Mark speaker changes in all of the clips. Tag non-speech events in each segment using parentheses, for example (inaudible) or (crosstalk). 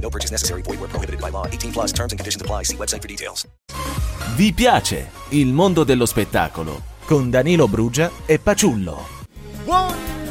Speaker 1: No purchase necessary. Void where prohibited by law. 18 plus terms and conditions apply. See website for details.
Speaker 2: Vi piace Il mondo dello spettacolo con Danilo Brugia e Paciullo.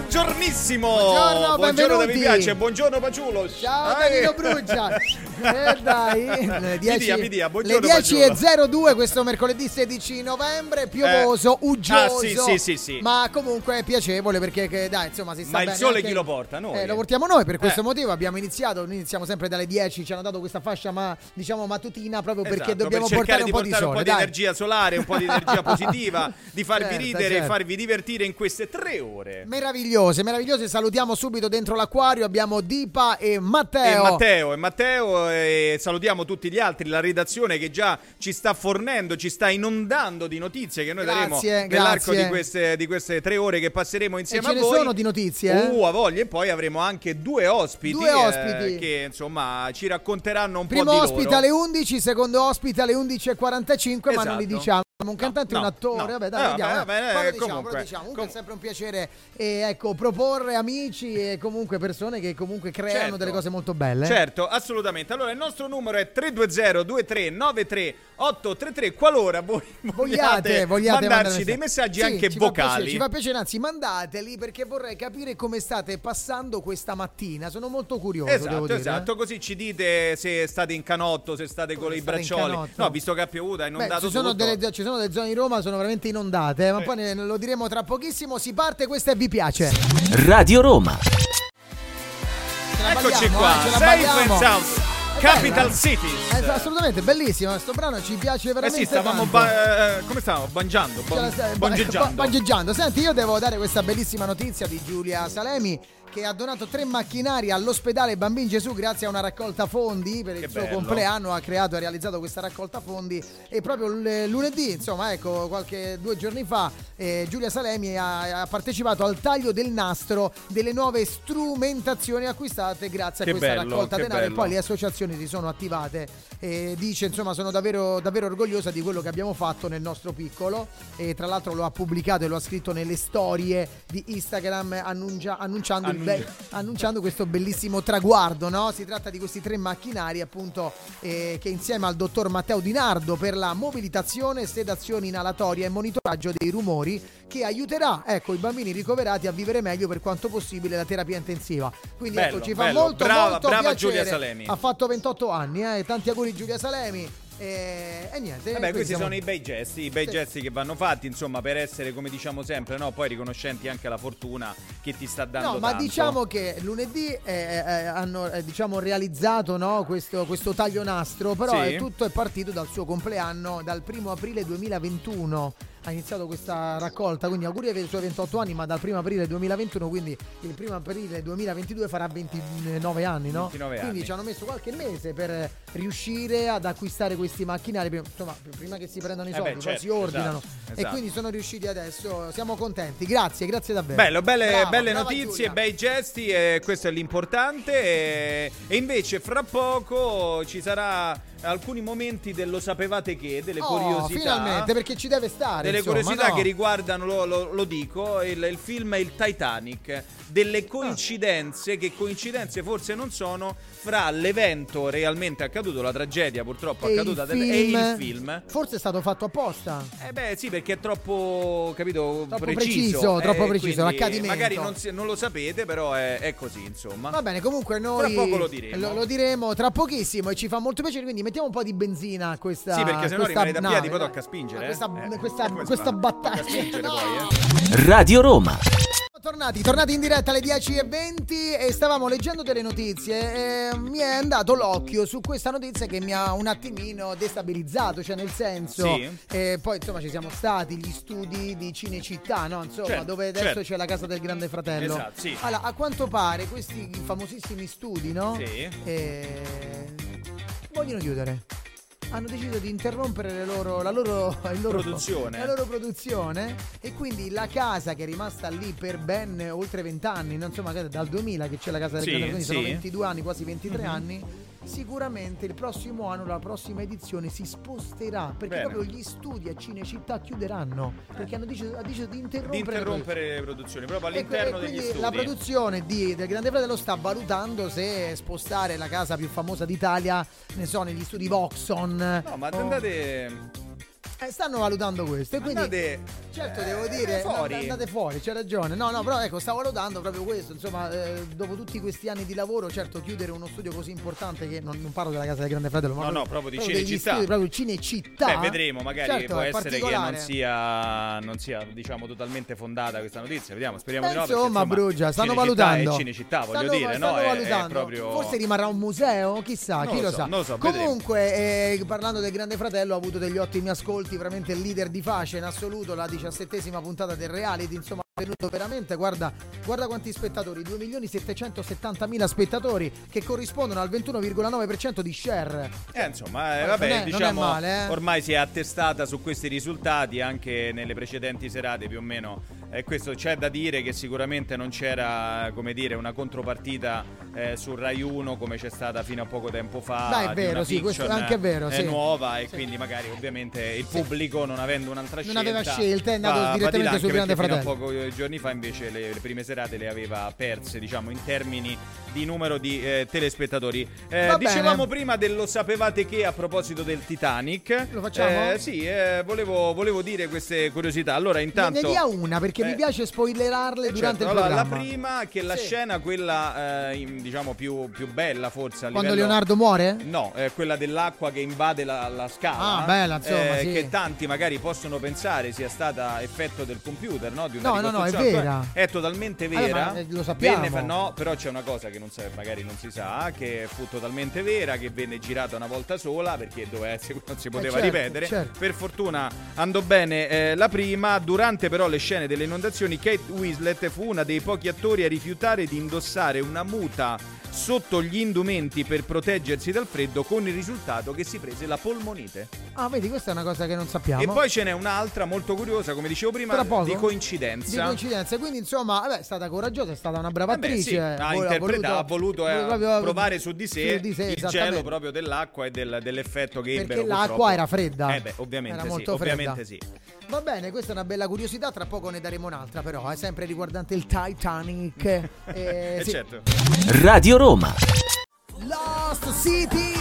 Speaker 3: Buongiornissimo!
Speaker 4: Buongiorno,
Speaker 3: da
Speaker 4: benvenuti.
Speaker 3: Mi Piace, buongiorno Paciulo!
Speaker 4: Ciao
Speaker 3: Ah, eh.
Speaker 4: Danilo
Speaker 3: (laughs)
Speaker 4: Brugia Eh dai Le
Speaker 3: dia,
Speaker 4: 10
Speaker 3: mi dia,
Speaker 4: Le
Speaker 3: buongiorno, Eh.
Speaker 4: 10.02 questo mercoledì 16 novembre Piovoso, uggioso
Speaker 3: ah, sì, sì, sì, sì.
Speaker 4: Ma comunque piacevole perché che, dai insomma si sta
Speaker 3: Ma il
Speaker 4: bene
Speaker 3: sole
Speaker 4: anche-
Speaker 3: chi lo porta? Noi.
Speaker 4: Eh, lo portiamo noi per questo
Speaker 3: Eh.
Speaker 4: motivo abbiamo iniziato, noi iniziamo sempre dalle 10, ci hanno dato questa fascia ma diciamo mattutina proprio perché
Speaker 3: Esatto,
Speaker 4: dobbiamo
Speaker 3: per
Speaker 4: portare
Speaker 3: cercare
Speaker 4: un
Speaker 3: di
Speaker 4: po' di
Speaker 3: portare un po'
Speaker 4: sole,
Speaker 3: di
Speaker 4: dai.
Speaker 3: energia solare, un po' di
Speaker 4: (laughs)
Speaker 3: energia positiva, di farvi
Speaker 4: Certo,
Speaker 3: ridere e
Speaker 4: certo.
Speaker 3: farvi divertire in queste tre ore.
Speaker 4: Meravigliose, meravigliose, salutiamo subito dentro l'acquario, abbiamo Dipa e
Speaker 3: E
Speaker 4: Matteo.
Speaker 3: Matteo, e Matteo, e salutiamo tutti gli altri, la redazione che già ci sta fornendo, ci sta inondando di notizie che noi
Speaker 4: Grazie,
Speaker 3: daremo nell'arco
Speaker 4: grazie.
Speaker 3: di queste, di queste tre ore che passeremo
Speaker 4: e
Speaker 3: insieme
Speaker 4: ce
Speaker 3: a
Speaker 4: ne
Speaker 3: voi.
Speaker 4: sono di notizie, eh?
Speaker 3: Uh, a voglia, e poi avremo anche due ospiti,
Speaker 4: Due
Speaker 3: eh,
Speaker 4: ospiti.
Speaker 3: che insomma ci racconteranno un po'
Speaker 4: Primo
Speaker 3: di
Speaker 4: ospite
Speaker 3: loro.
Speaker 4: alle 11, secondo ospite alle 11.45, ma non li
Speaker 3: Esatto.
Speaker 4: diciamo. Un cantante,
Speaker 3: no,
Speaker 4: un attore,
Speaker 3: no.
Speaker 4: vabbè,
Speaker 3: Eh,
Speaker 4: dai, vediamo.
Speaker 3: vabbè, vabbè,
Speaker 4: poi lo
Speaker 3: eh,
Speaker 4: diciamo,
Speaker 3: comunque,
Speaker 4: poi lo diciamo. Comunque
Speaker 3: com-
Speaker 4: è sempre un piacere eh, ecco, proporre amici e comunque persone che comunque creano
Speaker 3: Certo.
Speaker 4: delle cose molto belle. eh.
Speaker 3: Certo, assolutamente. Allora il nostro numero è 320 23 833 qualora voi (laughs)
Speaker 4: Vogliate,
Speaker 3: vogliate,
Speaker 4: vogliate
Speaker 3: mandarci dei
Speaker 4: mandare-
Speaker 3: messaggi
Speaker 4: Sì,
Speaker 3: anche
Speaker 4: ci fa
Speaker 3: vocali.
Speaker 4: piacere, ci fa piacere, anzi, mandateli perché vorrei capire come state passando questa mattina. Sono molto curioso, devo
Speaker 3: Esatto,
Speaker 4: dire. eh?
Speaker 3: esatto, così ci dite se state in canotto, se state con
Speaker 4: Come
Speaker 3: i
Speaker 4: state in
Speaker 3: braccioli.
Speaker 4: canotto?
Speaker 3: No, visto che ha piovuto, ha
Speaker 4: Beh,
Speaker 3: inondato
Speaker 4: ci, sono
Speaker 3: tutto.
Speaker 4: delle, ci sono delle zone di Roma, sono veramente inondate, eh, ma poi ne- lo diremo tra pochissimo. Si parte, questa e vi piace.
Speaker 2: Radio Roma.
Speaker 3: Eccoci
Speaker 4: balliamo,
Speaker 3: qua,
Speaker 4: eh, ce la
Speaker 3: Safe
Speaker 4: balliamo.
Speaker 3: and Sound,
Speaker 4: È
Speaker 3: Capital
Speaker 4: bella.
Speaker 3: Cities.
Speaker 4: Eh, assolutamente, bellissimo. Sto brano ci piace
Speaker 3: Eh
Speaker 4: veramente.
Speaker 3: sì, stavamo
Speaker 4: tanto.
Speaker 3: ba- eh, come stavamo? Bangiando,
Speaker 4: Ce la
Speaker 3: bon-
Speaker 4: stai- ba-
Speaker 3: bongeggiando.
Speaker 4: ba- bongeggiando. Senti, io devo dare questa bellissima notizia di Giulia Salemi che ha donato tre macchinari all'ospedale Bambin Gesù grazie a una raccolta fondi per il
Speaker 3: Che
Speaker 4: suo
Speaker 3: bello.
Speaker 4: compleanno. Ha creato e ha realizzato questa raccolta fondi e proprio l- lunedì, insomma, ecco, qualche due giorni fa, eh, Giulia Salemi ha, ha partecipato al taglio del nastro delle nuove strumentazioni acquistate grazie
Speaker 3: Che
Speaker 4: a questa
Speaker 3: bello,
Speaker 4: raccolta
Speaker 3: che
Speaker 4: denaro. E
Speaker 3: bello.
Speaker 4: poi le associazioni si sono attivate e dice insomma sono davvero, davvero orgogliosa di quello che abbiamo fatto nel nostro piccolo e tra l'altro lo ha pubblicato e lo ha scritto nelle storie di Instagram annuncia- annunciando, il
Speaker 3: Annuncia.
Speaker 4: be- annunciando questo bellissimo traguardo no? si tratta di questi tre macchinari appunto eh, che insieme al dottor Matteo Di Nardo per la mobilitazione sedazione inalatoria e monitoraggio dei rumori che aiuterà ecco, i bambini ricoverati a vivere meglio per quanto possibile la terapia intensiva quindi
Speaker 3: Bello,
Speaker 4: ecco, ci fa
Speaker 3: bello.
Speaker 4: molto
Speaker 3: Brava,
Speaker 4: molto
Speaker 3: brava
Speaker 4: piacere
Speaker 3: Giulia Salemi.
Speaker 4: ha fatto 28 anni eh, tanti auguri Giulia Salemi e, e niente
Speaker 3: Vabbè,
Speaker 4: qui
Speaker 3: questi
Speaker 4: siamo-
Speaker 3: sono i bei gesti, i bei
Speaker 4: Sì.
Speaker 3: gesti che vanno fatti, insomma, per essere, come diciamo sempre, no? poi riconoscenti anche alla fortuna che ti sta dando.
Speaker 4: No, ma
Speaker 3: tanto.
Speaker 4: diciamo che lunedì eh, eh, hanno eh, diciamo, realizzato no, questo, questo taglio nastro, però
Speaker 3: Sì.
Speaker 4: è tutto è partito dal suo compleanno, dal primo aprile 2021 ha iniziato questa raccolta, quindi auguri per i suoi 28 anni, ma dal primo aprile 2021, quindi il primo aprile 2022 farà 29 anni, no?
Speaker 3: 29
Speaker 4: quindi
Speaker 3: anni.
Speaker 4: ci hanno messo qualche mese per riuscire ad acquistare questi macchinari, prima- insomma, prima che si prendano i
Speaker 3: Eh
Speaker 4: soldi,
Speaker 3: beh,
Speaker 4: poi
Speaker 3: certo,
Speaker 4: si ordinano.
Speaker 3: esatto,
Speaker 4: E
Speaker 3: esatto.
Speaker 4: quindi sono riusciti adesso, siamo contenti, grazie, grazie davvero.
Speaker 3: Bello, belle,
Speaker 4: Brava,
Speaker 3: belle
Speaker 4: brava
Speaker 3: notizie,
Speaker 4: Giulia.
Speaker 3: bei gesti, e questo è l'importante. E, e invece, fra poco ci sarà alcuni momenti del lo sapevate che, delle
Speaker 4: Oh,
Speaker 3: curiosità.
Speaker 4: finalmente, perché ci deve stare.
Speaker 3: Delle
Speaker 4: insomma,
Speaker 3: curiosità
Speaker 4: no?
Speaker 3: che riguardano, lo, lo- lo dico, il, il film Il Titanic, delle coincidenze che coincidenze forse non sono fra l'evento realmente accaduto, la tragedia purtroppo
Speaker 4: E
Speaker 3: accaduta del- e il film.
Speaker 4: Forse è stato fatto apposta.
Speaker 3: Eh beh sì perché è troppo, capito,
Speaker 4: Troppo
Speaker 3: preciso,
Speaker 4: preciso,
Speaker 3: eh,
Speaker 4: troppo preciso,
Speaker 3: quindi
Speaker 4: l'accadimento.
Speaker 3: Magari non, si- non lo sapete però è, è così insomma
Speaker 4: Va bene, comunque noi
Speaker 3: Tra poco lo diremo.
Speaker 4: lo- lo diremo tra pochissimo e ci fa molto piacere, quindi mettiamo un po' di benzina a questa.
Speaker 3: Sì, perché sennò
Speaker 4: questa
Speaker 3: rimane da piedi,
Speaker 4: nave.
Speaker 3: poi tocca spingere.
Speaker 4: A
Speaker 3: eh.
Speaker 4: Questa,
Speaker 3: Eh,
Speaker 4: questa-
Speaker 3: come si
Speaker 4: questa
Speaker 3: fa?
Speaker 4: battaglia.
Speaker 3: Tocca spingere
Speaker 4: No!
Speaker 3: poi, eh.
Speaker 2: Radio Roma.
Speaker 4: Tornati, tornati in diretta alle 10.20 e stavamo leggendo delle notizie e mi è andato l'occhio su questa notizia che mi ha un attimino destabilizzato, cioè nel senso,
Speaker 3: Sì.
Speaker 4: eh, poi insomma ci siamo stati gli studi di Cinecittà, no? Insomma,
Speaker 3: Certo,
Speaker 4: dove adesso
Speaker 3: certo.
Speaker 4: c'è la casa del grande fratello.
Speaker 3: Esatto, sì.
Speaker 4: Allora, a quanto pare questi famosissimi studi, no?
Speaker 3: Sì.
Speaker 4: Eh, vogliono chiudere. Hanno deciso di interrompere le loro- la loro, il loro-
Speaker 3: Produzione.
Speaker 4: La loro produzione. E quindi la casa che è rimasta lì per ben oltre 20 anni, no, insomma, dal 2000 che c'è la casa del
Speaker 3: Sì,
Speaker 4: grande fratello, quindi
Speaker 3: sì. Mhm.
Speaker 4: sono 22 anni, quasi 23 anni. Sicuramente il prossimo anno, la prossima edizione si sposterà perché
Speaker 3: Bene. Eh.
Speaker 4: proprio gli studi a Cinecittà chiuderanno perché hanno deciso, ha deciso di interrompere, le
Speaker 3: Di
Speaker 4: produzioni.
Speaker 3: interrompere le produzioni, proprio
Speaker 4: E que- e
Speaker 3: all'interno degli
Speaker 4: quindi
Speaker 3: studi.
Speaker 4: la produzione di, del Grande Fratello sta valutando se spostare la casa più famosa d'Italia, ne so, negli studi Voxon.
Speaker 3: No, ma
Speaker 4: o-
Speaker 3: andate.
Speaker 4: eh, stanno valutando questo. E Oh. quindi,
Speaker 3: Andate.
Speaker 4: certo,
Speaker 3: eh,
Speaker 4: devo dire,
Speaker 3: fuori.
Speaker 4: and- andate fuori, c'è ragione. No, no, però ecco, stavo valutando proprio questo. Insomma, eh, dopo tutti questi anni di lavoro, certo, chiudere uno studio così importante che non, non parlo della casa del Grande Fratello, ma
Speaker 3: No, no, proprio di
Speaker 4: degli
Speaker 3: Cinecittà.
Speaker 4: studi, proprio Cinecittà.
Speaker 3: Beh, vedremo, magari
Speaker 4: Certo,
Speaker 3: può
Speaker 4: è
Speaker 3: essere che non
Speaker 4: particolare.
Speaker 3: sia, non sia, diciamo, totalmente fondata questa notizia. Vediamo, speriamo
Speaker 4: Eh,
Speaker 3: di no. perché,
Speaker 4: insomma,
Speaker 3: insomma,
Speaker 4: Brugia, stanno
Speaker 3: Cinecittà
Speaker 4: valutando.
Speaker 3: È Cinecittà, voglio
Speaker 4: Stanno-
Speaker 3: dire,
Speaker 4: stanno
Speaker 3: no? È- È,
Speaker 4: valutando.
Speaker 3: proprio...
Speaker 4: Forse rimarrà un museo, chissà,
Speaker 3: Non
Speaker 4: chi
Speaker 3: lo
Speaker 4: lo,
Speaker 3: so,
Speaker 4: sa.
Speaker 3: non lo so, vedremo.
Speaker 4: Comunque, eh, parlando del Grande Fratello, ha avuto degli ottimi ascolti, veramente il leader di fascia in assoluto, la diciassettesima puntata del reality, insomma. ha Venuto veramente, guarda, guarda quanti spettatori, 2.770.000 spettatori che corrispondono al 21,9% di share.
Speaker 3: Eh, insomma, eh,
Speaker 4: Eh,
Speaker 3: vabbè,
Speaker 4: non è- non è
Speaker 3: diciamo,
Speaker 4: male, eh.
Speaker 3: ormai si è attestata su questi risultati anche nelle precedenti serate più o meno. Eh, questo c'è da dire che sicuramente non c'era, come dire, una contropartita eh, su Rai 1 come c'è stata fino a poco tempo fa.
Speaker 4: Dai, è
Speaker 3: di
Speaker 4: vero,
Speaker 3: una
Speaker 4: sì, questo
Speaker 3: fiction,
Speaker 4: anche è vero,
Speaker 3: eh,
Speaker 4: sì.
Speaker 3: nuova e
Speaker 4: Sì.
Speaker 3: quindi magari ovviamente il pubblico non avendo un'altra
Speaker 4: Non
Speaker 3: scelta.
Speaker 4: aveva scelte, è andato
Speaker 3: va- va di là,
Speaker 4: direttamente
Speaker 3: anche
Speaker 4: sul Grande
Speaker 3: perché
Speaker 4: Fratello.
Speaker 3: Fino a pochi giorni fa invece le, le prime serate le aveva perse, diciamo, in termini di numero di eh, telespettatori. Eh,
Speaker 4: Va
Speaker 3: dicevamo
Speaker 4: bene.
Speaker 3: prima dello sapevate che a proposito del Titanic.
Speaker 4: Lo facciamo?
Speaker 3: Eh, sì, eh, volevo, volevo dire queste curiosità. Allora, intanto.
Speaker 4: ne dia una perché mi
Speaker 3: eh,
Speaker 4: piace spoilerarle
Speaker 3: eh,
Speaker 4: durante
Speaker 3: certo,
Speaker 4: il
Speaker 3: allora,
Speaker 4: programma.
Speaker 3: La prima, che la
Speaker 4: Sì.
Speaker 3: scena, quella eh, in- diciamo più, più bella forse a
Speaker 4: Quando
Speaker 3: livello-
Speaker 4: Leonardo muore?
Speaker 3: No, eh, quella dell'acqua che invade la, la scala. eh,
Speaker 4: Ah, bella, insomma, sì.
Speaker 3: Che tanti magari possono pensare sia stata effetto del computer, no? Di una
Speaker 4: No, no, no, è
Speaker 3: ricostruzione
Speaker 4: vera.
Speaker 3: attuale. È totalmente
Speaker 4: Allora,
Speaker 3: vera.
Speaker 4: ma, eh, lo sappiamo.
Speaker 3: Venne fa- no, però c'è una cosa che non sa- magari non si sa, che fu totalmente vera, che venne girata una volta sola perché doveva essere- (laughs) non si poteva
Speaker 4: certo,
Speaker 3: ripetere.
Speaker 4: certo.
Speaker 3: Per fortuna andò bene eh, la prima. Durante però le scene delle inondazioni, Kate Winslet fu una dei pochi attori a rifiutare di indossare una muta sotto gli indumenti per proteggersi dal freddo, con il risultato che si prese la polmonite.
Speaker 4: Ah, vedi, questa è una cosa che non sappiamo.
Speaker 3: E poi ce n'è un'altra molto curiosa, come dicevo prima,
Speaker 4: Tra poco?
Speaker 3: di coincidenza.
Speaker 4: Di coincidenza, quindi insomma, vabbè, è stata coraggiosa, è stata una brava
Speaker 3: Vabbè,
Speaker 4: attrice.
Speaker 3: Eh
Speaker 4: eh.
Speaker 3: sì, ha
Speaker 4: voluto-
Speaker 3: interpretato, ha voluto eh,
Speaker 4: proprio-
Speaker 3: provare su di sé,
Speaker 4: su di sé,
Speaker 3: il
Speaker 4: esattamente.
Speaker 3: gelo proprio dell'acqua e del- dell'effetto che
Speaker 4: Perché
Speaker 3: ebbero
Speaker 4: l'acqua
Speaker 3: purtroppo.
Speaker 4: era fredda.
Speaker 3: Eh beh, ovviamente
Speaker 4: Era
Speaker 3: sì,
Speaker 4: molto fredda.
Speaker 3: ovviamente sì.
Speaker 4: Va bene, questa è una bella curiosità, tra poco ne daremo un'altra però, è sempre riguardante il
Speaker 3: (laughs)
Speaker 4: Titanic. eh,
Speaker 3: Eh,
Speaker 4: sì. Oh,
Speaker 3: certo.
Speaker 2: Radio Roma.
Speaker 4: Lost City!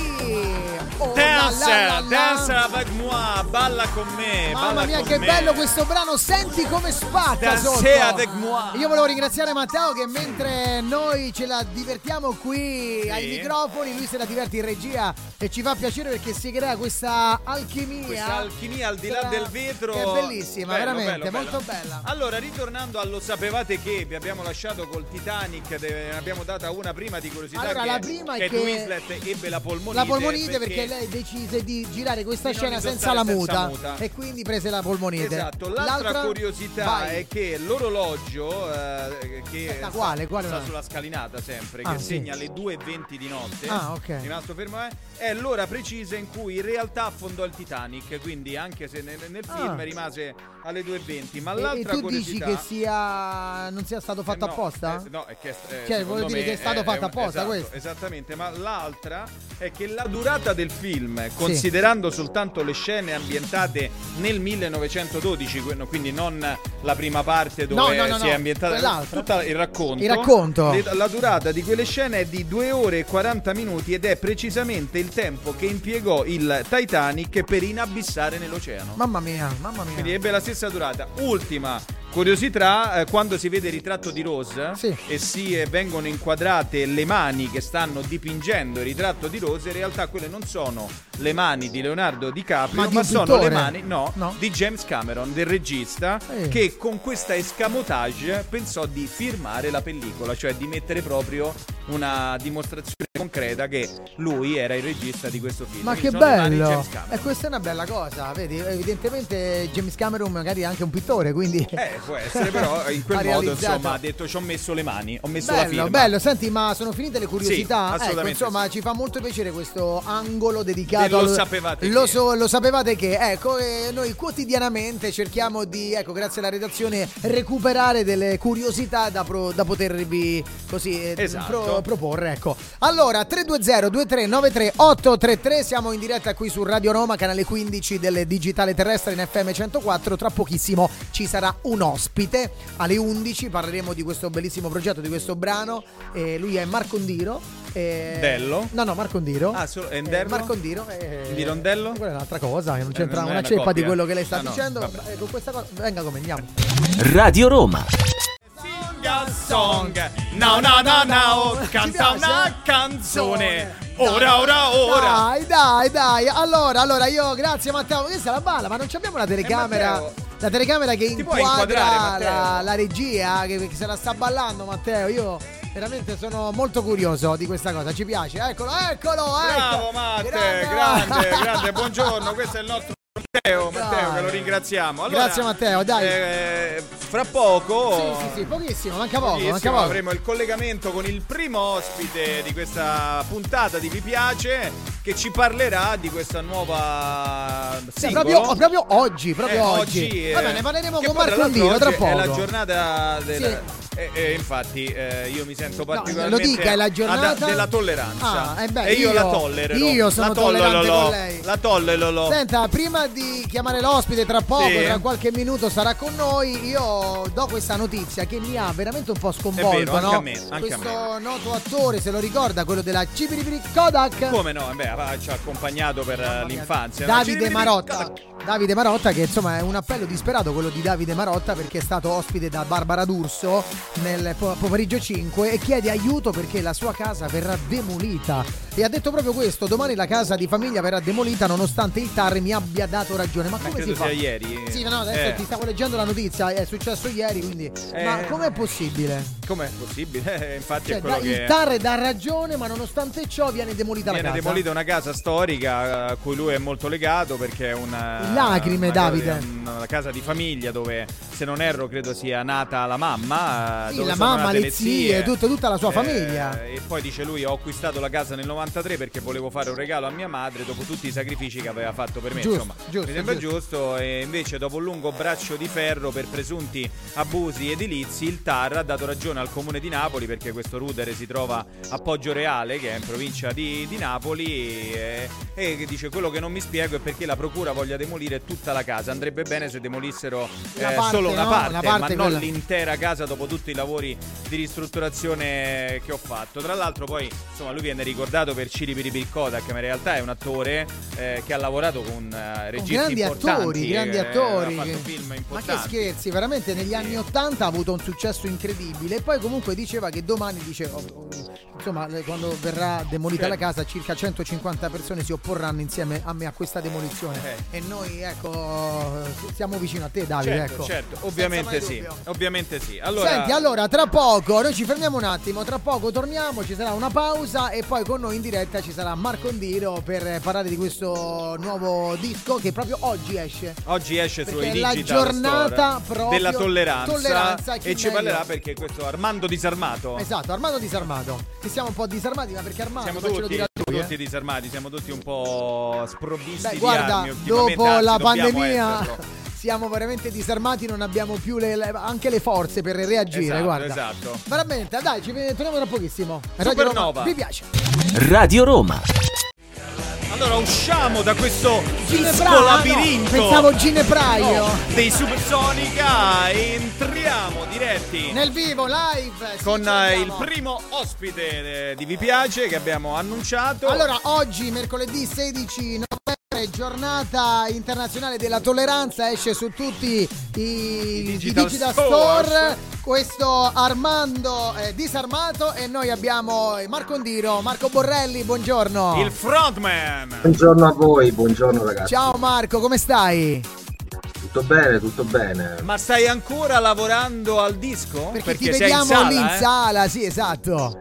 Speaker 4: Oh, la la la
Speaker 3: Danza,
Speaker 4: la.
Speaker 3: danza avec moi, balla con me.
Speaker 4: Mamma
Speaker 3: balla
Speaker 4: mia,
Speaker 3: con
Speaker 4: che
Speaker 3: me.
Speaker 4: bello questo brano! Senti come spacca
Speaker 3: Danse
Speaker 4: sotto!
Speaker 3: avec moi.
Speaker 4: Io volevo ringraziare Matteo che mentre noi ce la divertiamo qui ai microfoni, lui se la diverte in regia e ci fa piacere perché si crea questa alchimia.
Speaker 3: Questa alchimia al di là
Speaker 4: Sarà-
Speaker 3: del vetro
Speaker 4: Che è bellissima,
Speaker 3: Bello,
Speaker 4: veramente,
Speaker 3: bello,
Speaker 4: molto
Speaker 3: bello.
Speaker 4: bella.
Speaker 3: Allora, ritornando allo sapevate che vi abbiamo lasciato col Titanic, de- ne abbiamo data una prima di curiosità
Speaker 4: Allora,
Speaker 3: che
Speaker 4: la prima è
Speaker 3: Kate
Speaker 4: che-
Speaker 3: Winslet ebbe la polmonite.
Speaker 4: La polmonite perché... lei decise di girare questa
Speaker 3: Di non
Speaker 4: scena senza
Speaker 3: indossare
Speaker 4: la
Speaker 3: senza
Speaker 4: muta,
Speaker 3: muta.
Speaker 4: e quindi prese la polmonite.
Speaker 3: Esatto, l'altra, curiosità
Speaker 4: Vai.
Speaker 3: è che l'orologio eh, che
Speaker 4: Aspetta, quale, quale
Speaker 3: sta
Speaker 4: orologio?
Speaker 3: sulla scalinata sempre,
Speaker 4: Ah,
Speaker 3: che
Speaker 4: sì.
Speaker 3: segna le 2.20 di notte,
Speaker 4: Ah, ok.
Speaker 3: rimasto fermo è, è l'ora precisa in cui in realtà affondò il Titanic, quindi anche se nel, nel
Speaker 4: Ah.
Speaker 3: film rimase alle 2.20, ma
Speaker 4: E- E,
Speaker 3: l'altra
Speaker 4: tu
Speaker 3: curiosità...
Speaker 4: dici che sia non sia stato fatto
Speaker 3: Eh no,
Speaker 4: apposta?
Speaker 3: eh, no, è che, eh,
Speaker 4: Cioè,
Speaker 3: secondo
Speaker 4: vuol dire
Speaker 3: me
Speaker 4: che è stato fatto
Speaker 3: un-
Speaker 4: apposta
Speaker 3: esatto,
Speaker 4: questo.
Speaker 3: Esattamente, ma l'altra è che la durata del film, considerando soltanto le scene ambientate nel 1912, que- no, quindi non la prima parte dove
Speaker 4: No, no, no,
Speaker 3: si
Speaker 4: no,
Speaker 3: è ambientata
Speaker 4: quell'altra.
Speaker 3: tutta il racconto.
Speaker 4: Il racconto.
Speaker 3: le- la durata di quelle scene è di 2 ore e 40 minuti ed è precisamente il tempo che impiegò il Titanic per inabissare nell'oceano.
Speaker 4: Mamma mia, mamma mia.
Speaker 3: Quindi ebbe la stessa durata. Ultima Curiosità, eh, quando si vede il ritratto di Rose
Speaker 4: Sì.
Speaker 3: e si eh, vengono inquadrate le mani che stanno dipingendo il ritratto di Rose, in realtà quelle non sono le mani di Leonardo DiCaprio,
Speaker 4: Ma
Speaker 3: ma,
Speaker 4: di un
Speaker 3: sono le
Speaker 4: pittore?
Speaker 3: mani no,
Speaker 4: No.
Speaker 3: di James Cameron, del regista,
Speaker 4: Sì.
Speaker 3: che con questa escamotage pensò di firmare la pellicola, cioè di mettere proprio una dimostrazione concreta che lui era il regista di questo film.
Speaker 4: Ma
Speaker 3: Quindi
Speaker 4: che
Speaker 3: sono le mani di
Speaker 4: bello!
Speaker 3: James Cameron.
Speaker 4: E questa è una bella cosa, vedi? Evidentemente James Cameron magari è anche un pittore, quindi...
Speaker 3: Eh,
Speaker 4: (laughs)
Speaker 3: può essere, però in
Speaker 4: Ha
Speaker 3: quel modo
Speaker 4: realizzato.
Speaker 3: insomma ha detto ci ho messo le mani, ho messo la
Speaker 4: Bello,
Speaker 3: firma.
Speaker 4: bello, senti, ma sono finite le
Speaker 3: Sì,
Speaker 4: curiosità.
Speaker 3: assolutamente
Speaker 4: ecco, insomma,
Speaker 3: sì.
Speaker 4: ci fa molto piacere questo angolo dedicato.
Speaker 3: Del lo
Speaker 4: al-
Speaker 3: sapevate
Speaker 4: lo,
Speaker 3: che.
Speaker 4: lo sapevate che, ecco, eh, noi quotidianamente cerchiamo di, ecco, grazie alla redazione, recuperare delle curiosità da, pro- da potervi così eh,
Speaker 3: Esatto.
Speaker 4: proporre. Ecco. Allora, 320-2393-833, siamo in diretta qui su Radio Roma, canale 15 del Digitale Terrestre in FM 104. Tra pochissimo ci sarà un ospite. Alle 11 parleremo di questo bellissimo progetto, di questo brano. Eh, lui è Marcondiro. eh,
Speaker 3: Bello.
Speaker 4: No, no, Marcondiro.
Speaker 3: Ah, solo- e
Speaker 4: Eh,
Speaker 3: Derlo?
Speaker 4: Marcondiro. eh,
Speaker 3: Dirondello?
Speaker 4: Quella è un'altra cosa, che non
Speaker 3: Eh,
Speaker 4: c'entra
Speaker 3: non è
Speaker 4: una
Speaker 3: una
Speaker 4: ceppa di
Speaker 3: coppia.
Speaker 4: quello che lei sta
Speaker 3: Ah, no,
Speaker 4: dicendo.
Speaker 3: vabbè.
Speaker 4: Eh, con questa cosa. Venga come andiamo.
Speaker 2: Radio Roma.
Speaker 3: Sing a song, no no no no, oh,
Speaker 4: Ci piace?
Speaker 3: canta
Speaker 4: eh?
Speaker 3: una canzone,
Speaker 4: Dai,
Speaker 3: ora ora ora.
Speaker 4: Dai, dai, dai. Allora, allora io grazie Matteo. Questa è la balla, ma non abbiamo la telecamera.
Speaker 3: Eh, Matteo,
Speaker 4: la telecamera che
Speaker 3: ti puoi
Speaker 4: inquadra
Speaker 3: inquadrare,
Speaker 4: la,
Speaker 3: Matteo?
Speaker 4: la regia eh, che, che se la sta ballando Matteo. Io veramente sono molto curioso di questa cosa. Ci piace. Eccolo, eccolo,
Speaker 3: Bravo
Speaker 4: ecco.
Speaker 3: Matte,
Speaker 4: Grande,
Speaker 3: grande,
Speaker 4: Matte.
Speaker 3: grande, buongiorno, questo è il nostro Matteo, Matteo che lo ringraziamo. Allora,
Speaker 4: Grazie, Matteo, dai.
Speaker 3: eh, fra poco
Speaker 4: Sì, sì, sì, pochissimo, manca poco,
Speaker 3: Pochissimo,
Speaker 4: manca poco.
Speaker 3: avremo il collegamento con il primo ospite di questa puntata di Vi Piace che ci parlerà di questa nuova
Speaker 4: Sì,
Speaker 3: singolo.
Speaker 4: proprio, proprio oggi, proprio
Speaker 3: Eh,
Speaker 4: oggi.
Speaker 3: eh,
Speaker 4: Vabbè, ne parleremo
Speaker 3: che
Speaker 4: con
Speaker 3: poi, tra
Speaker 4: Marco
Speaker 3: l'altro,
Speaker 4: Andino tra
Speaker 3: oggi
Speaker 4: poco.
Speaker 3: È la giornata del...
Speaker 4: Sì.
Speaker 3: E, e infatti eh, io mi sento particolarmente
Speaker 4: lo dica, è la giornata-
Speaker 3: ada- della tolleranza.
Speaker 4: Ah, eh beh,
Speaker 3: e io,
Speaker 4: io-
Speaker 3: la tollero.
Speaker 4: io sono
Speaker 3: la tollero,
Speaker 4: tollerante
Speaker 3: lo-
Speaker 4: con lei.
Speaker 3: La tollero. lo-
Speaker 4: Senta, prima di chiamare l'ospite tra poco,
Speaker 3: Sì.
Speaker 4: tra qualche minuto sarà con noi, io do questa notizia che mi ha veramente un po' sconvolto,
Speaker 3: È vero, anche
Speaker 4: no?
Speaker 3: a me, anche
Speaker 4: Questo
Speaker 3: a
Speaker 4: noto attore, se lo ricorda, quello della Cipiripiri Kodak.
Speaker 3: Come no? Eh Beh, ah, ci ha accompagnato per eh, l'infanzia. no? Ci
Speaker 4: Davide
Speaker 3: rivediamo-
Speaker 4: Marotta. Davide Marotta che insomma è un appello disperato quello di Davide Marotta perché è stato ospite da Barbara D'Urso nel po- pomeriggio 5 e chiede aiuto perché la sua casa verrà demolita e ha detto proprio questo domani la casa di famiglia verrà demolita nonostante il TAR mi abbia dato ragione ma
Speaker 3: Ma
Speaker 4: come si
Speaker 3: Eh, credo
Speaker 4: fa?
Speaker 3: sia ieri.
Speaker 4: Sì, no, adesso
Speaker 3: Eh.
Speaker 4: ti stavo leggendo la notizia, è successo ieri, quindi...
Speaker 3: Eh.
Speaker 4: Ma com'è possibile?
Speaker 3: Com'è possibile? (laughs) Eh, Infatti
Speaker 4: Cioè,
Speaker 3: è quello
Speaker 4: dai,
Speaker 3: che
Speaker 4: il TAR dà ragione, ma nonostante ciò viene demolita
Speaker 3: viene
Speaker 4: la casa.
Speaker 3: demolita una casa storica eh, a cui lui è molto legato perché è una...
Speaker 4: In lacrime,
Speaker 3: una casa
Speaker 4: Davide.
Speaker 3: di- Una casa di famiglia dove, se non erro, credo sia nata la mamma. eh,
Speaker 4: Sì,
Speaker 3: dove
Speaker 4: la
Speaker 3: sono
Speaker 4: mamma,
Speaker 3: nate Eh,
Speaker 4: le zie, tutto- tutta la sua famiglia.
Speaker 3: E poi dice lui, ho acquistato la casa nel 93 perché volevo fare un regalo a mia madre dopo tutti i sacrifici che aveva fatto per me.
Speaker 4: Giusto,
Speaker 3: Insomma,
Speaker 4: giusto,
Speaker 3: mi sembra
Speaker 4: giusto.
Speaker 3: giusto. E invece, dopo un lungo braccio di ferro per presunti abusi edilizi, il TAR ha dato ragione al comune di Napoli perché questo rudere si trova a Poggio Reale, che è in provincia di, di Napoli. E, e che dice: Quello che non mi spiego è perché la procura voglia demolire tutta la casa. Andrebbe bene se demolissero
Speaker 4: La
Speaker 3: eh,
Speaker 4: parte,
Speaker 3: solo una
Speaker 4: no?
Speaker 3: parte,
Speaker 4: La parte
Speaker 3: ma
Speaker 4: quella.
Speaker 3: non l'intera casa dopo tutti i lavori di ristrutturazione che ho fatto. Tra l'altro, poi insomma, lui viene ricordato per Ciri Piripil Kodak, ma in realtà è un attore eh, che ha lavorato con eh, registi
Speaker 4: grandi
Speaker 3: importanti,
Speaker 4: attori,
Speaker 3: eh,
Speaker 4: grandi attori.
Speaker 3: Ha fatto
Speaker 4: che-
Speaker 3: film
Speaker 4: Ma che
Speaker 3: importanti.
Speaker 4: scherzi, veramente negli
Speaker 3: Sì.
Speaker 4: anni 80 ha avuto un successo incredibile. E poi comunque diceva che domani dice, oh, oh, insomma, le- quando verrà demolita
Speaker 3: Sì.
Speaker 4: la casa, circa 150 persone si opporranno insieme a me a questa demolizione. E noi, ecco, siamo vicino a te, Davide.
Speaker 3: Eh. Certo,
Speaker 4: ecco.
Speaker 3: certo,
Speaker 4: mai
Speaker 3: ovviamente sì,
Speaker 4: dubbio.
Speaker 3: ovviamente sì. Allora,
Speaker 4: Senti, allora tra poco noi ci fermiamo un attimo, tra poco torniamo, ci sarà una pausa e poi con noi in diretta ci sarà Marco Ondiro per eh, parlare di questo nuovo disco che proprio oggi esce.
Speaker 3: oggi esce
Speaker 4: Perché
Speaker 3: sui
Speaker 4: è la
Speaker 3: digital
Speaker 4: giornata
Speaker 3: store
Speaker 4: proprio
Speaker 3: della tolleranza,
Speaker 4: tolleranza, chi
Speaker 3: e ci
Speaker 4: meglio?
Speaker 3: parlerà perché questo Armando disarmato.
Speaker 4: Esatto, armato o disarmato? Che siamo un po' disarmati, ma perché armato?
Speaker 3: Siamo
Speaker 4: Poi ce lo
Speaker 3: tutti,
Speaker 4: dirà lui, eh.
Speaker 3: tutti disarmati, siamo tutti un po' sprovvisti
Speaker 4: Beh,
Speaker 3: di
Speaker 4: guarda,
Speaker 3: armi ultimamente,
Speaker 4: dopo
Speaker 3: anzi,
Speaker 4: la
Speaker 3: dobbiamo
Speaker 4: pandemia
Speaker 3: esserlo.
Speaker 4: (laughs) siamo veramente disarmati, non abbiamo più le- le- anche le forze per reagire,
Speaker 3: Esatto,
Speaker 4: guarda.
Speaker 3: esatto.
Speaker 4: Veramente, dai, ci vediamo torniamo tra pochissimo. Radio
Speaker 3: Supernova.
Speaker 4: Roma, Vi piace?
Speaker 2: Radio Roma.
Speaker 3: Allora usciamo da questo
Speaker 4: Ginevra,
Speaker 3: disco
Speaker 4: no,
Speaker 3: labirinto
Speaker 4: pensavo Ginepraio.
Speaker 3: No, dei Supersonica e entriamo diretti
Speaker 4: Nel vivo, live. sì,
Speaker 3: con
Speaker 4: ci
Speaker 3: eh, il
Speaker 4: andiamo.
Speaker 3: primo ospite eh, di Vi Piace che abbiamo annunciato.
Speaker 4: Allora, oggi, mercoledì 16 novembre, questa è giornata internazionale della tolleranza, esce su tutti i, i
Speaker 3: digital
Speaker 4: digital,
Speaker 3: store.
Speaker 4: store. Questo Armando eh, disarmato e noi abbiamo Marco Ondino, Marco Borrelli, buongiorno.
Speaker 3: Il frontman.
Speaker 5: Buongiorno a voi, buongiorno ragazzi.
Speaker 4: Ciao Marco, come stai?
Speaker 5: Tutto bene, tutto bene.
Speaker 3: Ma stai ancora lavorando al disco?
Speaker 4: Perché, ti
Speaker 3: sei in
Speaker 4: vediamo
Speaker 3: sala,
Speaker 4: lì in
Speaker 3: eh?
Speaker 4: sala, sì, esatto.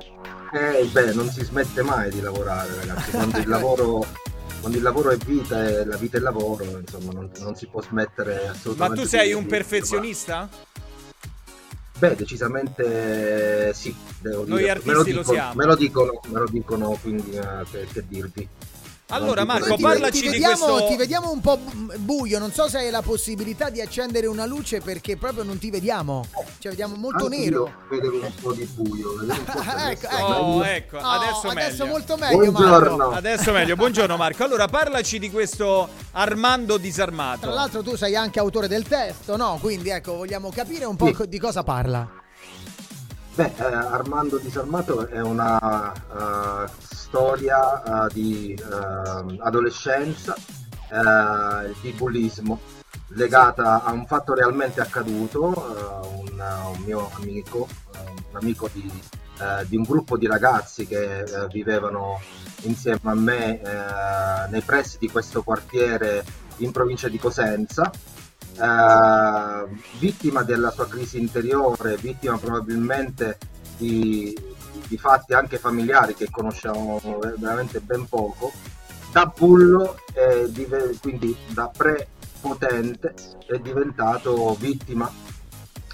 Speaker 5: Eh, beh, non si smette mai di lavorare, ragazzi.
Speaker 3: (laughs)
Speaker 5: Quando il lavoro, quando il lavoro è vita e la vita è lavoro, insomma, non, non si può smettere
Speaker 3: Ma
Speaker 5: assolutamente.
Speaker 3: tu
Speaker 5: di-
Speaker 3: sei un
Speaker 5: di-
Speaker 3: perfezionista?
Speaker 5: Beh, decisamente sì, devo
Speaker 3: Noi
Speaker 5: dire.
Speaker 3: artisti
Speaker 5: me lo,
Speaker 3: lo
Speaker 5: dicono,
Speaker 3: siamo.
Speaker 5: Me lo dicono, me lo dicono, quindi eh, che, che dirvi.
Speaker 3: Allora,
Speaker 5: Non ti-
Speaker 3: Marco,
Speaker 4: ti,
Speaker 3: Ecco, parlaci
Speaker 4: ti
Speaker 3: di
Speaker 4: vediamo,
Speaker 3: questo-
Speaker 4: ti vediamo un po' bu- buio, non so se hai la possibilità di accendere una luce perché proprio non ti vediamo. Cioè, vediamo molto
Speaker 5: Anche
Speaker 4: nero.
Speaker 5: Io vedevo un po' di buio. vedevo un
Speaker 3: (laughs)
Speaker 5: po' di
Speaker 4: Ah, ecco, (laughs)
Speaker 5: adesso.
Speaker 4: ecco.
Speaker 3: Oh, ecco,
Speaker 4: Oh,
Speaker 3: adesso, meglio.
Speaker 4: molto meglio Marco.
Speaker 5: Buongiorno.
Speaker 3: Adesso meglio. Buongiorno Marco. Allora, parlaci di questo Armando disarmato.
Speaker 4: Tra l'altro tu sei anche autore del testo, no? Quindi ecco, vogliamo capire un po'
Speaker 5: Sì.
Speaker 4: co- di cosa parla.
Speaker 5: Beh, eh, Armando Disarmato è una eh, storia eh, di eh, adolescenza, eh, di bullismo, legata a un fatto realmente accaduto, eh, un, un mio amico, eh, un amico di, eh, di un gruppo di ragazzi che eh, vivevano insieme a me eh, nei pressi di questo quartiere in provincia di Cosenza eh, vittima della sua crisi interiore, vittima probabilmente di, di fatti anche familiari che conosciamo ver- veramente ben poco, da bullo, eh, dive- quindi da prepotente, è diventato vittima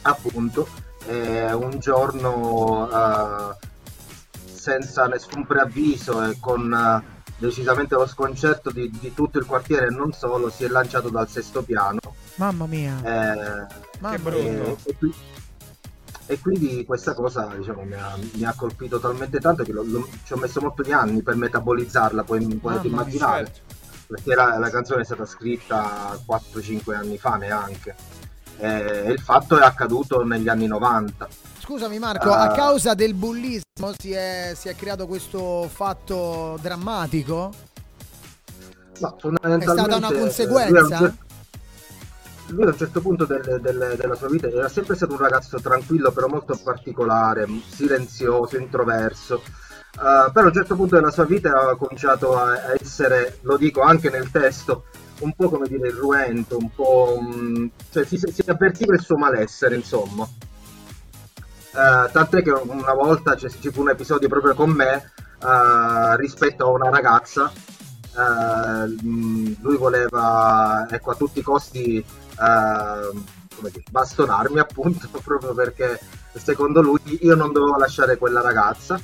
Speaker 5: appunto eh, un giorno eh, senza nessun preavviso e con eh, decisamente lo sconcerto di, di tutto il quartiere e non solo, si è lanciato dal sesto piano
Speaker 4: Mamma mia.
Speaker 5: eh,
Speaker 4: Mamma
Speaker 3: brutto.
Speaker 4: mia.
Speaker 5: eh, e, qui- e quindi questa cosa diciamo, mi, ha, mi ha colpito talmente tanto che l'ho- l'ho- ci ho messo molti anni per metabolizzarla, puoi, puoi
Speaker 4: Mamma mia,
Speaker 5: immaginare,
Speaker 3: Certo.
Speaker 5: perché la, la canzone è stata scritta 4-5 anni fa neanche. Eh, e il fatto è accaduto negli anni 90.
Speaker 4: Scusami Marco,
Speaker 5: Ah.
Speaker 4: a causa del bullismo si è, si è creato questo fatto drammatico?
Speaker 5: Ma fondamentalmente,
Speaker 4: È stata una
Speaker 5: eh,
Speaker 4: conseguenza?
Speaker 5: Lui a un certo, lui a un certo punto del- del- della sua vita era sempre stato un ragazzo tranquillo, però molto particolare, silenzioso, introverso. Eh, però a un certo punto della sua vita aveva cominciato a a essere, lo dico anche nel testo, un po' come dire irruento, un po'. mm, cioè si, si avvertiva il suo malessere, insomma. Eh, tant'è che una volta c'è- ci fu un episodio proprio con me eh, rispetto a una ragazza. eh, mh, lui voleva ecco, a tutti i costi eh, come dire, bastonarmi, (laughs) appunto, proprio perché secondo lui io non dovevo lasciare quella ragazza.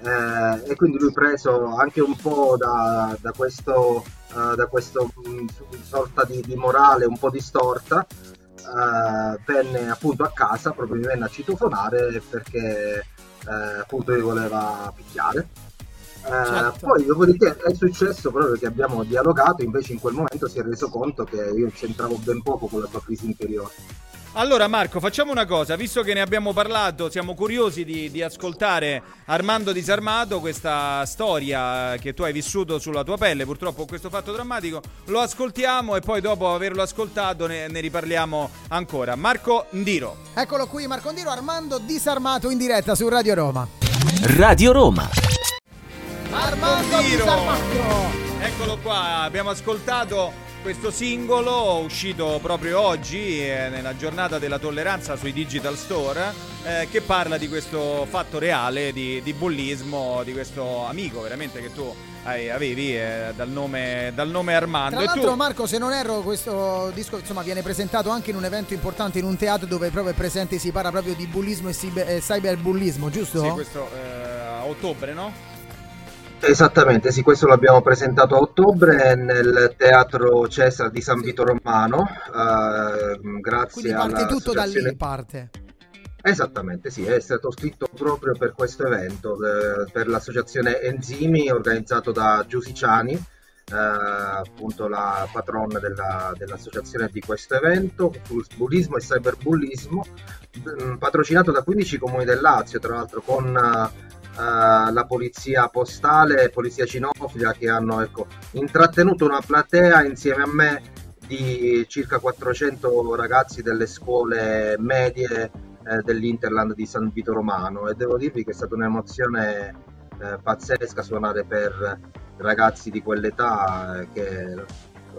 Speaker 5: Eh, e quindi lui preso anche un po' da, da questo, eh, da questo mh, sorta di, di morale un po' distorta, eh, venne appunto a casa, proprio mi venne a citofonare perché eh, appunto mi voleva picchiare. Eh,
Speaker 4: Certo.
Speaker 5: Poi dopodiché è successo proprio che abbiamo dialogato, invece in quel momento si è reso conto che io c'entravo ben poco con la sua crisi interiore.
Speaker 3: Allora Marco, facciamo una cosa, visto che ne abbiamo parlato, siamo curiosi di, di ascoltare Armando Disarmato, questa storia che tu hai vissuto sulla tua pelle, purtroppo questo fatto drammatico, lo ascoltiamo e poi dopo averlo ascoltato ne, ne riparliamo ancora. Marco Ndiro.
Speaker 4: Eccolo qui Marco Ondino, Armando disarmato in diretta su Radio Roma.
Speaker 2: Radio Roma.
Speaker 4: Armando
Speaker 3: Ondino!
Speaker 4: disarmato!
Speaker 3: Eccolo qua, abbiamo ascoltato questo singolo uscito proprio oggi eh, nella giornata della tolleranza sui digital store eh, che parla di questo fatto reale di, di bullismo di questo amico veramente che tu hai- avevi eh, dal, nome, dal nome Armando.
Speaker 4: Tra
Speaker 3: E
Speaker 4: l'altro
Speaker 3: tu-
Speaker 4: Marco, se non erro, questo disco insomma viene presentato anche in un evento importante in un teatro dove proprio è presente si parla proprio di bullismo e cyber- eh, cyberbullismo, giusto?
Speaker 3: Sì, questo eh, a ottobre, no?
Speaker 5: Esattamente, sì, questo l'abbiamo presentato a ottobre nel Teatro Cesare di San Vito Romano, eh, grazie
Speaker 4: Quindi parte
Speaker 5: alla
Speaker 4: tutto da lì,
Speaker 5: associazione-
Speaker 4: parte.
Speaker 5: Esattamente, sì, è stato scritto proprio per questo evento, eh, per l'associazione Enzimi, organizzato da Giusy Ciani, eh, appunto la patrona della- dell'associazione di questo evento, bullismo e mm, cyberbullismo, mh, patrocinato da 15 comuni del Lazio, tra l'altro con eh, eh, la polizia postale, polizia cinofila che hanno ecco, intrattenuto una platea insieme a me di circa 400 ragazzi delle scuole medie eh, dell'Interland di San Vito Romano e devo dirvi che è stata un'emozione eh, pazzesca suonare per ragazzi di quell'età eh, che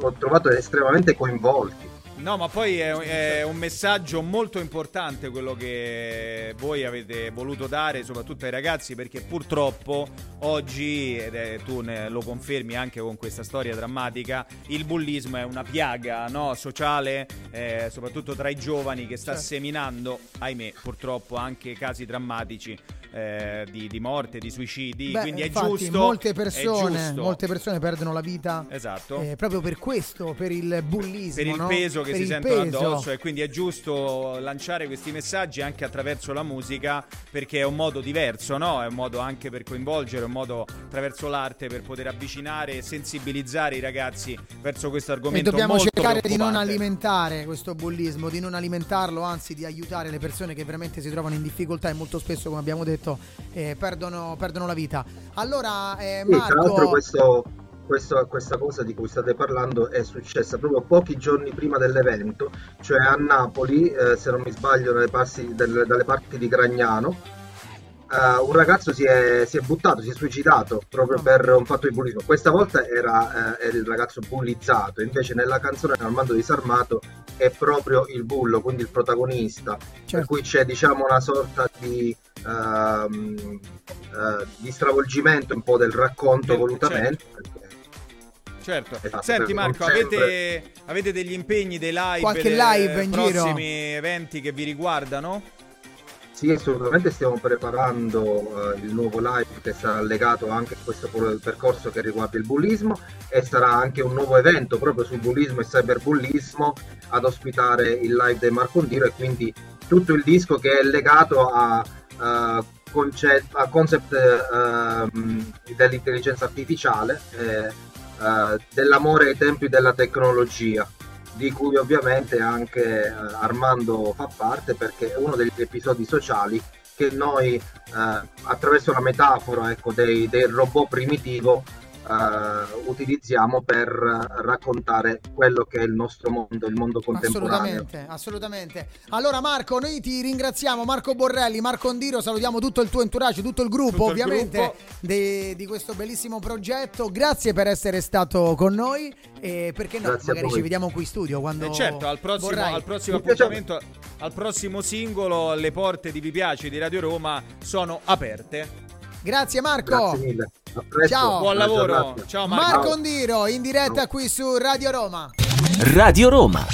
Speaker 5: ho trovato estremamente coinvolti.
Speaker 3: No, ma poi è, è un messaggio molto importante quello che voi avete voluto dare, soprattutto ai ragazzi, perché purtroppo oggi, ed è- tu ne- lo confermi anche con questa storia drammatica, il bullismo è una piaga no, sociale, eh, soprattutto tra i giovani, che sta
Speaker 4: Certo.
Speaker 3: seminando, ahimè, purtroppo anche casi drammatici. eh, di, di morte, di suicidi,
Speaker 4: Beh,
Speaker 3: quindi è
Speaker 4: infatti,
Speaker 3: giusto,
Speaker 4: molte
Speaker 3: è
Speaker 4: persone,
Speaker 3: giusto.
Speaker 4: molte persone perdono la vita
Speaker 3: Esatto.
Speaker 4: eh, proprio per questo, per il bullismo.
Speaker 3: per il
Speaker 4: no?
Speaker 3: peso che
Speaker 4: Per
Speaker 3: si
Speaker 4: il
Speaker 3: sentono
Speaker 4: peso.
Speaker 3: addosso e quindi è giusto lanciare questi messaggi anche attraverso la musica perché è un modo diverso, no? È un modo anche per coinvolgere, è un modo attraverso l'arte per poter avvicinare e sensibilizzare i ragazzi verso questo
Speaker 4: E
Speaker 3: argomento
Speaker 4: dobbiamo
Speaker 3: molto
Speaker 4: cercare di non
Speaker 3: preoccupante.
Speaker 4: alimentare questo bullismo, di non alimentarlo, anzi di aiutare le persone che veramente si trovano in difficoltà e molto spesso, come abbiamo detto, eh, perdono, perdono la vita. Allora, eh,
Speaker 5: Sì, tra l'altro
Speaker 4: Marco,
Speaker 5: questo- questo- questa cosa di cui state parlando è successa proprio pochi giorni prima dell'evento, cioè a Napoli, eh, se non mi sbaglio, dalle, parti- del- dalle parti di Gragnano, eh, un ragazzo si è, si è buttato, si è suicidato proprio per un fatto di bullismo. Questa volta era, eh, era il ragazzo bullizzato, invece nella canzone Armando Disarmato è proprio il bullo, quindi il protagonista per
Speaker 4: certo,
Speaker 5: cui c'è diciamo una sorta di, ehm, eh, di stravolgimento un po' del racconto
Speaker 3: Del-
Speaker 5: volutamente perché-
Speaker 3: Certo.
Speaker 5: Esatto,
Speaker 3: Senti
Speaker 5: per-
Speaker 3: Marco,
Speaker 5: non
Speaker 3: avete, avete degli impegni, dei live,
Speaker 4: Qualche
Speaker 3: dei
Speaker 4: live in giro?
Speaker 3: prossimi eventi che vi riguardano?
Speaker 5: Sì, assolutamente stiamo preparando eh, il nuovo live che sarà legato anche a questo pro- percorso che riguarda il bullismo e sarà anche un nuovo evento proprio sul bullismo e cyberbullismo ad ospitare il live dei Marco Ondiro e quindi tutto il disco che è legato a, eh, conce- a concept eh, ehm, dell'intelligenza artificiale, eh, eh, dell'amore ai tempi della tecnologia di cui ovviamente anche eh, Armando fa parte perché è uno degli episodi sociali che noi eh, attraverso la metafora ecco, dei- del robot primitivo eh, utilizziamo per eh, raccontare quello che è il nostro mondo, il mondo contemporaneo.
Speaker 4: assolutamente, assolutamente. Allora Marco, noi ti ringraziamo, Marco Borrelli, Marco Ondiro, salutiamo tutto il tuo entourage, tutto il gruppo
Speaker 3: Tutto il
Speaker 4: ovviamente
Speaker 3: gruppo.
Speaker 4: de- di questo bellissimo progetto. Grazie per essere stato con noi e perché no,
Speaker 5: Grazie a
Speaker 4: magari
Speaker 5: voi.
Speaker 4: ci vediamo qui in studio quando...
Speaker 3: Eh, certo, al prossimo,
Speaker 4: vorrai.
Speaker 3: al prossimo
Speaker 5: Mi piace-
Speaker 3: appuntamento, al prossimo singolo, le porte di Vi piace di Radio Roma sono aperte.
Speaker 4: Grazie Marco.
Speaker 5: Grazie mille. A presto,
Speaker 4: Ciao.
Speaker 3: Buon
Speaker 5: buona
Speaker 3: lavoro,
Speaker 5: giornata.
Speaker 3: ciao Marco.
Speaker 4: Marco Ondiro in diretta qui su Radio Roma.
Speaker 2: Radio Roma.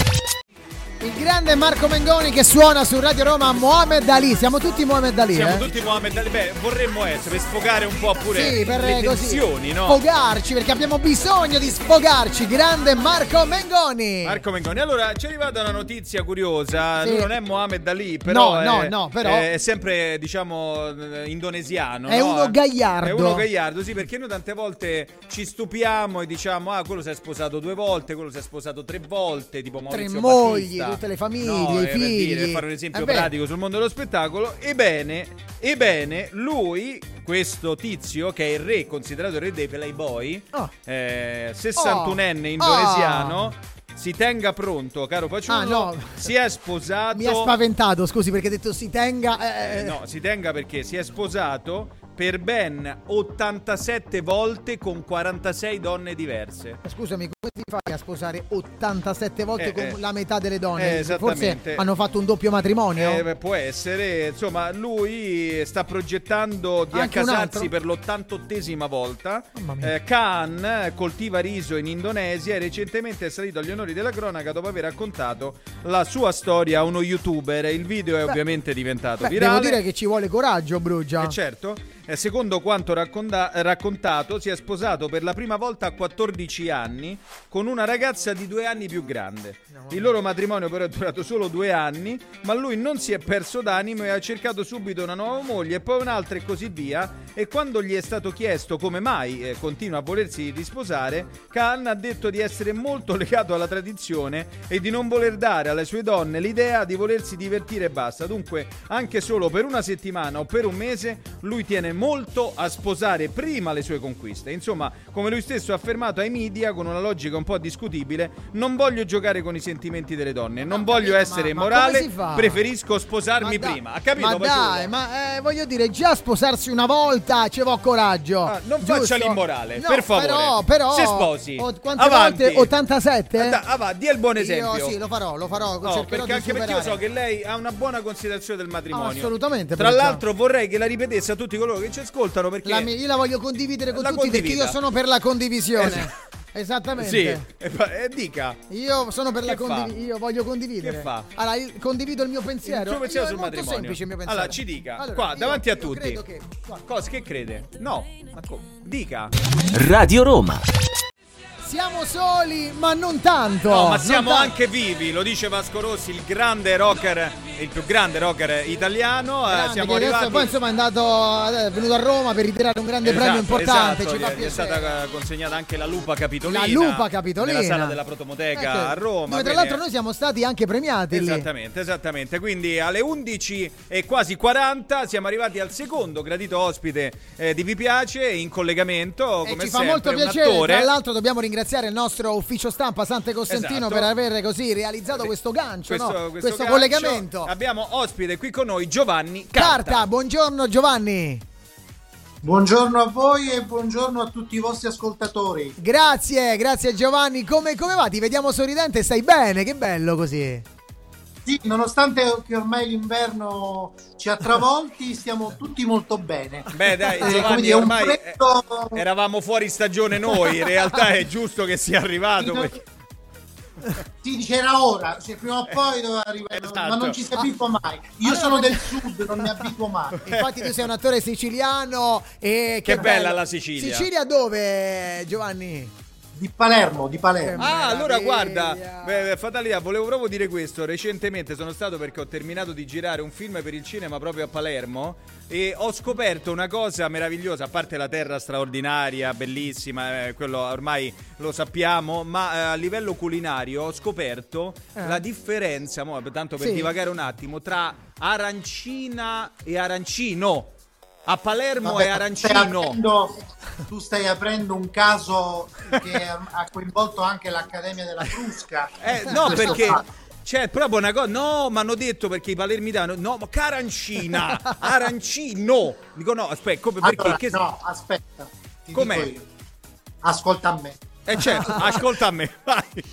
Speaker 4: Il grande Marco Mengoni che suona su Radio Roma Mohamed Ali. Siamo tutti Mohamed Ali,
Speaker 3: Siamo
Speaker 4: eh?
Speaker 3: tutti Mohamed Ali. Beh, vorremmo essere per sfogare un po' pure
Speaker 4: Sì, per
Speaker 3: le
Speaker 4: eh, così
Speaker 3: tensioni, no?
Speaker 4: sfogarci perché abbiamo bisogno di sfogarci. Grande Marco Mengoni.
Speaker 3: Marco Mengoni, allora ci è arrivata una notizia curiosa,
Speaker 4: Sì.
Speaker 3: lui non è Mohamed Ali, però,
Speaker 4: No, no,
Speaker 3: è,
Speaker 4: no, però-
Speaker 3: è sempre diciamo eh, indonesiano.
Speaker 4: È
Speaker 3: no?
Speaker 4: uno gagliardo.
Speaker 3: È uno gagliardo, sì, perché noi tante volte ci stupiamo e diciamo, ah, quello si è sposato due volte, quello si è sposato tre volte, tipo Maurizio
Speaker 4: mogli,
Speaker 3: Battista.
Speaker 4: tutte le famiglie,
Speaker 3: No,
Speaker 4: i
Speaker 3: eh, per
Speaker 4: figli.
Speaker 3: dire, per fare un esempio
Speaker 4: Eh beh.
Speaker 3: pratico sul mondo dello spettacolo, ebbene, ebbene, lui, questo tizio che è il re, considerato il re dei Playboy,
Speaker 4: Oh.
Speaker 3: eh,
Speaker 4: Ah.
Speaker 3: 61enne indonesiano, si tenga pronto, caro Paciullo.
Speaker 4: Ah, no.
Speaker 3: Si è sposato.
Speaker 4: Mi ha spaventato, scusi, perché ha detto si tenga. eh,
Speaker 3: Eh, no, si tenga perché si è sposato per ben 87 volte con 46 donne diverse.
Speaker 4: Scusami, come ti fai a sposare 87 volte
Speaker 3: Eh,
Speaker 4: con
Speaker 3: eh.
Speaker 4: la metà delle
Speaker 3: Eh,
Speaker 4: donne?
Speaker 3: esattamente.
Speaker 4: Forse hanno fatto un doppio matrimonio.
Speaker 3: Eh, beh, può essere, insomma, lui sta progettando di
Speaker 4: Anche un altro?
Speaker 3: accasarsi per l'88esima volta.
Speaker 4: Mamma mia.
Speaker 3: Eh, Khan eh, coltiva riso in Indonesia e recentemente è salito agli onori della cronaca dopo aver raccontato la sua storia a uno youtuber. Il video è ovviamente diventato
Speaker 4: Beh,
Speaker 3: virale.
Speaker 4: devo dire che ci vuole coraggio, Brugia.
Speaker 3: Eh, certo, Eh, secondo quanto racconta- raccontato, si è sposato per la prima volta a 14 anni con una ragazza di due anni più grande. Il loro matrimonio però è durato solo due anni, ma lui non si è perso d'animo e ha cercato subito una nuova moglie e poi un'altra e così via. E quando gli è stato chiesto come mai eh, continua a volersi risposare, Khan ha detto di essere molto (laughs) legato alla tradizione e di non voler dare alle sue donne l'idea di volersi divertire e basta. Dunque, anche solo per una settimana o per un mese, lui tiene molto a sposare prima le sue conquiste. Insomma, come lui stesso ha affermato ai media, con una logica un po' discutibile, non voglio giocare con i sentimenti delle donne, non voglio
Speaker 4: Ah, capito,
Speaker 3: essere
Speaker 4: ma- ma
Speaker 3: morale,
Speaker 4: come si fa?
Speaker 3: preferisco
Speaker 4: Ma
Speaker 3: sposarmi
Speaker 4: dai-
Speaker 3: prima. Ha capito?
Speaker 4: Ma
Speaker 3: Fagiolo?
Speaker 4: dai, ma eh, voglio dire, già sposarsi una volta ci vuole coraggio.
Speaker 3: Ah, non
Speaker 4: Giusto?
Speaker 3: faccia l'immorale,
Speaker 4: No,
Speaker 3: per favore.
Speaker 4: Però, però.
Speaker 3: Se sposi.
Speaker 4: o- quante
Speaker 3: Avanti.
Speaker 4: volte? 87?
Speaker 3: Ah, da- ah, va, dia il buon esempio.
Speaker 4: Io sì, lo farò, lo farò.
Speaker 3: No,
Speaker 4: cercherò
Speaker 3: perché
Speaker 4: di
Speaker 3: anche perché io so
Speaker 4: superare.
Speaker 3: che lei ha una buona considerazione del matrimonio.
Speaker 4: Assolutamente,
Speaker 3: Tra
Speaker 4: Breccia.
Speaker 3: l'altro vorrei che la ripetesse a tutti coloro che ci ascoltano perché
Speaker 4: La mia- io la voglio condividere con
Speaker 3: La
Speaker 4: tutti perché
Speaker 3: condivida.
Speaker 4: io sono per la condivisione.
Speaker 3: Esa-
Speaker 4: Esattamente.
Speaker 3: Sì, (laughs) eh, fa- eh, dica.
Speaker 4: Io sono per la
Speaker 3: Che fa?
Speaker 4: condivisione. Io voglio condividere.
Speaker 3: Che fa?
Speaker 4: Allora, io condivido il mio pensiero.
Speaker 3: Il suo pensiero
Speaker 4: Io-
Speaker 3: sul
Speaker 4: è molto
Speaker 3: matrimonio.
Speaker 4: semplice il mio pensiero.
Speaker 3: Allora, ci dica, qua,
Speaker 4: io-
Speaker 3: davanti a
Speaker 4: io
Speaker 3: tutti.
Speaker 4: credo che- guarda,
Speaker 3: Cosa che crede? No, ma co- dica.
Speaker 2: Radio Roma.
Speaker 4: siamo soli, ma non tanto.
Speaker 3: No, ma
Speaker 4: Non
Speaker 3: siamo
Speaker 4: ta-
Speaker 3: anche vivi, lo dice Vasco Rossi, il grande rocker, il più grande rocker italiano. eh,
Speaker 4: Grande,
Speaker 3: siamo
Speaker 4: che adesso
Speaker 3: arrivati
Speaker 4: Poi insomma è andato eh, è venuto a Roma per ritirare un grande premio
Speaker 3: Esatto,
Speaker 4: importante,
Speaker 3: esatto,
Speaker 4: ci fa
Speaker 3: gli- gli è
Speaker 4: piacere.
Speaker 3: stata consegnata anche la lupa capitolina.
Speaker 4: La lupa capitolina.
Speaker 3: Nella sala della protomoteca
Speaker 4: Ecco,
Speaker 3: a Roma.
Speaker 4: Dove tra
Speaker 3: quindi-
Speaker 4: l'altro noi siamo stati anche premiati lì.
Speaker 3: Esattamente, esattamente. Quindi alle 11 e quasi 40 siamo arrivati al secondo gradito ospite eh, di Vi Piace in collegamento. Come
Speaker 4: E ci fa
Speaker 3: sempre,
Speaker 4: molto
Speaker 3: un
Speaker 4: piacere,
Speaker 3: attore.
Speaker 4: tra l'altro dobbiamo ringraziare il nostro ufficio stampa Sante Costantino
Speaker 3: Esatto. Eh,
Speaker 4: per aver così realizzato questo gancio, no? questo,
Speaker 3: gancio.
Speaker 4: collegamento.
Speaker 3: Abbiamo ospite qui con noi Giovanni Carta.
Speaker 4: Carta, buongiorno Giovanni.
Speaker 6: Buongiorno a voi e buongiorno a tutti i vostri ascoltatori.
Speaker 4: Grazie, grazie Giovanni. Come, come va? Ti vediamo sorridente, stai bene, che bello così.
Speaker 6: Sì, nonostante che ormai l'inverno ci ha
Speaker 3: (laughs)
Speaker 6: travolti, stiamo tutti molto bene.
Speaker 3: Beh dai
Speaker 6: Eh, come
Speaker 3: Giovanni
Speaker 6: dire, un
Speaker 3: ormai eh,
Speaker 6: freddo-
Speaker 3: eravamo fuori stagione noi, in realtà è giusto che sia
Speaker 4: (laughs)
Speaker 3: arrivato.
Speaker 6: (laughs)
Speaker 3: que-
Speaker 6: Si dice era ora, cioè, prima o poi doveva arrivare,
Speaker 3: Esatto.
Speaker 6: ma non ci si abitua mai. Io sono del sud, non mi abituo mai.
Speaker 3: Eh.
Speaker 4: Infatti tu sei un attore siciliano e
Speaker 3: Che bella
Speaker 4: bello.
Speaker 3: la Sicilia.
Speaker 4: Sicilia dove Giovanni?
Speaker 6: Di Palermo, di Palermo.
Speaker 3: Ah, allora
Speaker 4: Meraviglia.
Speaker 3: guarda, beh, fatalità, volevo proprio dire questo. Recentemente sono stato perché ho terminato di girare un film per il cinema proprio a Palermo e ho scoperto una cosa meravigliosa, a parte la terra straordinaria, bellissima, eh, quello ormai lo sappiamo, ma eh, a livello culinario ho scoperto la differenza, mo, tanto per
Speaker 4: Eh. Sì.
Speaker 3: divagare un attimo, tra arancina e arancino. A Palermo
Speaker 6: Vabbè,
Speaker 3: è
Speaker 6: stai
Speaker 3: arancino.
Speaker 6: aprendo- tu stai aprendo un caso che ha coinvolto anche l'Accademia della Crusca.
Speaker 3: Eh,
Speaker 6: (laughs)
Speaker 3: no,
Speaker 6: Questo
Speaker 3: perché
Speaker 6: fatto.
Speaker 3: c'è proprio una cosa. No, mi hanno detto perché i palermitano. No, ma carancina, arancino. Dico no, aspetta, come perché?
Speaker 6: Allora,
Speaker 3: che...
Speaker 6: no, aspetta. ti
Speaker 3: Com'è?
Speaker 6: dico io. Ascolta a me.
Speaker 3: Eh, certo, ascolta a me. vai.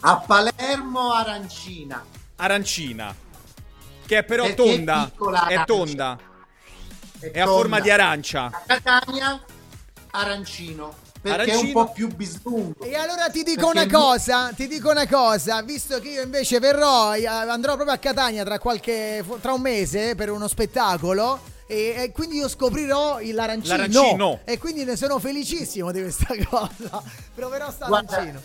Speaker 6: A Palermo arancina.
Speaker 3: Arancina, che è però
Speaker 6: Perché è
Speaker 3: tonda.
Speaker 6: piccola
Speaker 3: È
Speaker 6: arancia.
Speaker 3: tonda, è a
Speaker 6: tonda.
Speaker 3: forma di arancia.
Speaker 6: A Catania arancino, perché è un
Speaker 3: Arancino.
Speaker 6: po' più bislungo.
Speaker 4: E allora ti dico
Speaker 6: Perché
Speaker 4: una
Speaker 6: lui-
Speaker 4: cosa, ti dico una cosa, visto che io invece verrò, eh, andrò proprio a Catania tra qualche fu- tra un mese per uno spettacolo e, e quindi io scoprirò il- l'arancino,
Speaker 3: L'arancino.
Speaker 4: e quindi ne sono felicissimo di questa (laughs) cosa. Proverò sta
Speaker 6: Guarda,
Speaker 4: arancino.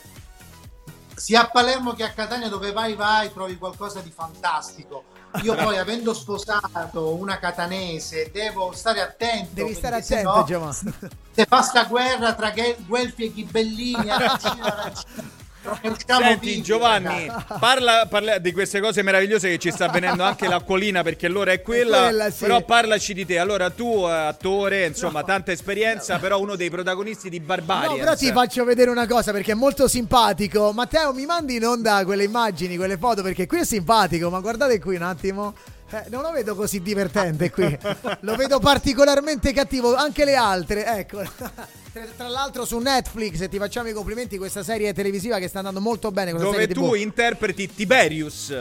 Speaker 6: Sia a Palermo che a Catania, dove vai, vai, trovi qualcosa di fantastico. Io poi, avendo sposato una catanese, devo stare attento.
Speaker 4: Devi stare
Speaker 6: perché se
Speaker 4: attento,
Speaker 6: no,
Speaker 4: (laughs) Giovanni.
Speaker 6: Se fa sta guerra tra Ghe- Guelfi e Ghibellini, arancino, arancino,
Speaker 3: (laughs)
Speaker 6: non siamo
Speaker 3: Senti
Speaker 6: vivi,
Speaker 3: Giovanni,
Speaker 6: ragazzi.
Speaker 3: parla, parla di queste cose meravigliose che ci sta avvenendo anche l'acquolina perché l'ora è quella,
Speaker 4: Quella, sì.
Speaker 3: però parlaci di te. Allora tu eh, attore, insomma, tanta esperienza, però uno dei protagonisti di Barbarians.
Speaker 4: No, però ti faccio vedere una cosa perché è molto simpatico. Matteo, mi mandi in onda quelle immagini, quelle foto perché qui è simpatico, ma guardate qui un attimo. Eh, non lo vedo così divertente qui, lo vedo particolarmente cattivo, anche le altre, ecco. (laughs) Tra, tra l'altro su Netflix ti facciamo i complimenti questa serie televisiva che sta andando molto bene. Questa
Speaker 3: Dove
Speaker 4: serie
Speaker 3: tu
Speaker 4: TV.
Speaker 3: interpreti Tiberius.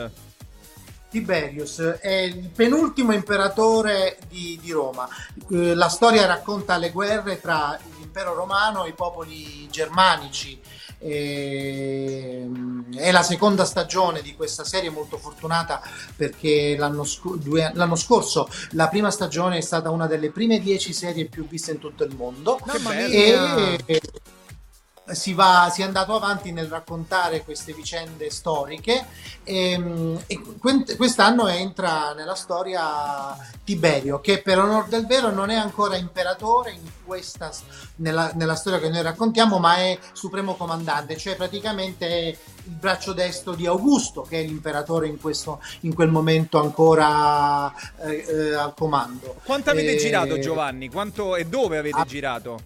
Speaker 6: Tiberius è il penultimo imperatore di, di Roma. Eh, La storia racconta le guerre tra l'impero romano e i popoli germanici. Ehm, È la seconda stagione di questa serie molto fortunata perché l'anno, sco- due- l'anno scorso la prima stagione è stata una delle prime dieci serie più viste in tutto il mondo
Speaker 4: Mamma
Speaker 3: Che
Speaker 4: mia!
Speaker 6: e si, va, si è andato avanti nel raccontare queste vicende storiche e, e quest'anno entra nella storia Tiberio che per onor del vero non è ancora imperatore in questa, nella, nella storia che noi raccontiamo ma è supremo comandante cioè praticamente è il braccio destro di Augusto che è l'imperatore in, questo, in quel momento ancora eh, eh, al comando
Speaker 3: quanto
Speaker 4: Eh,
Speaker 3: avete e... girato Giovanni? Quanto e dove
Speaker 4: Ah,
Speaker 3: avete a... girato?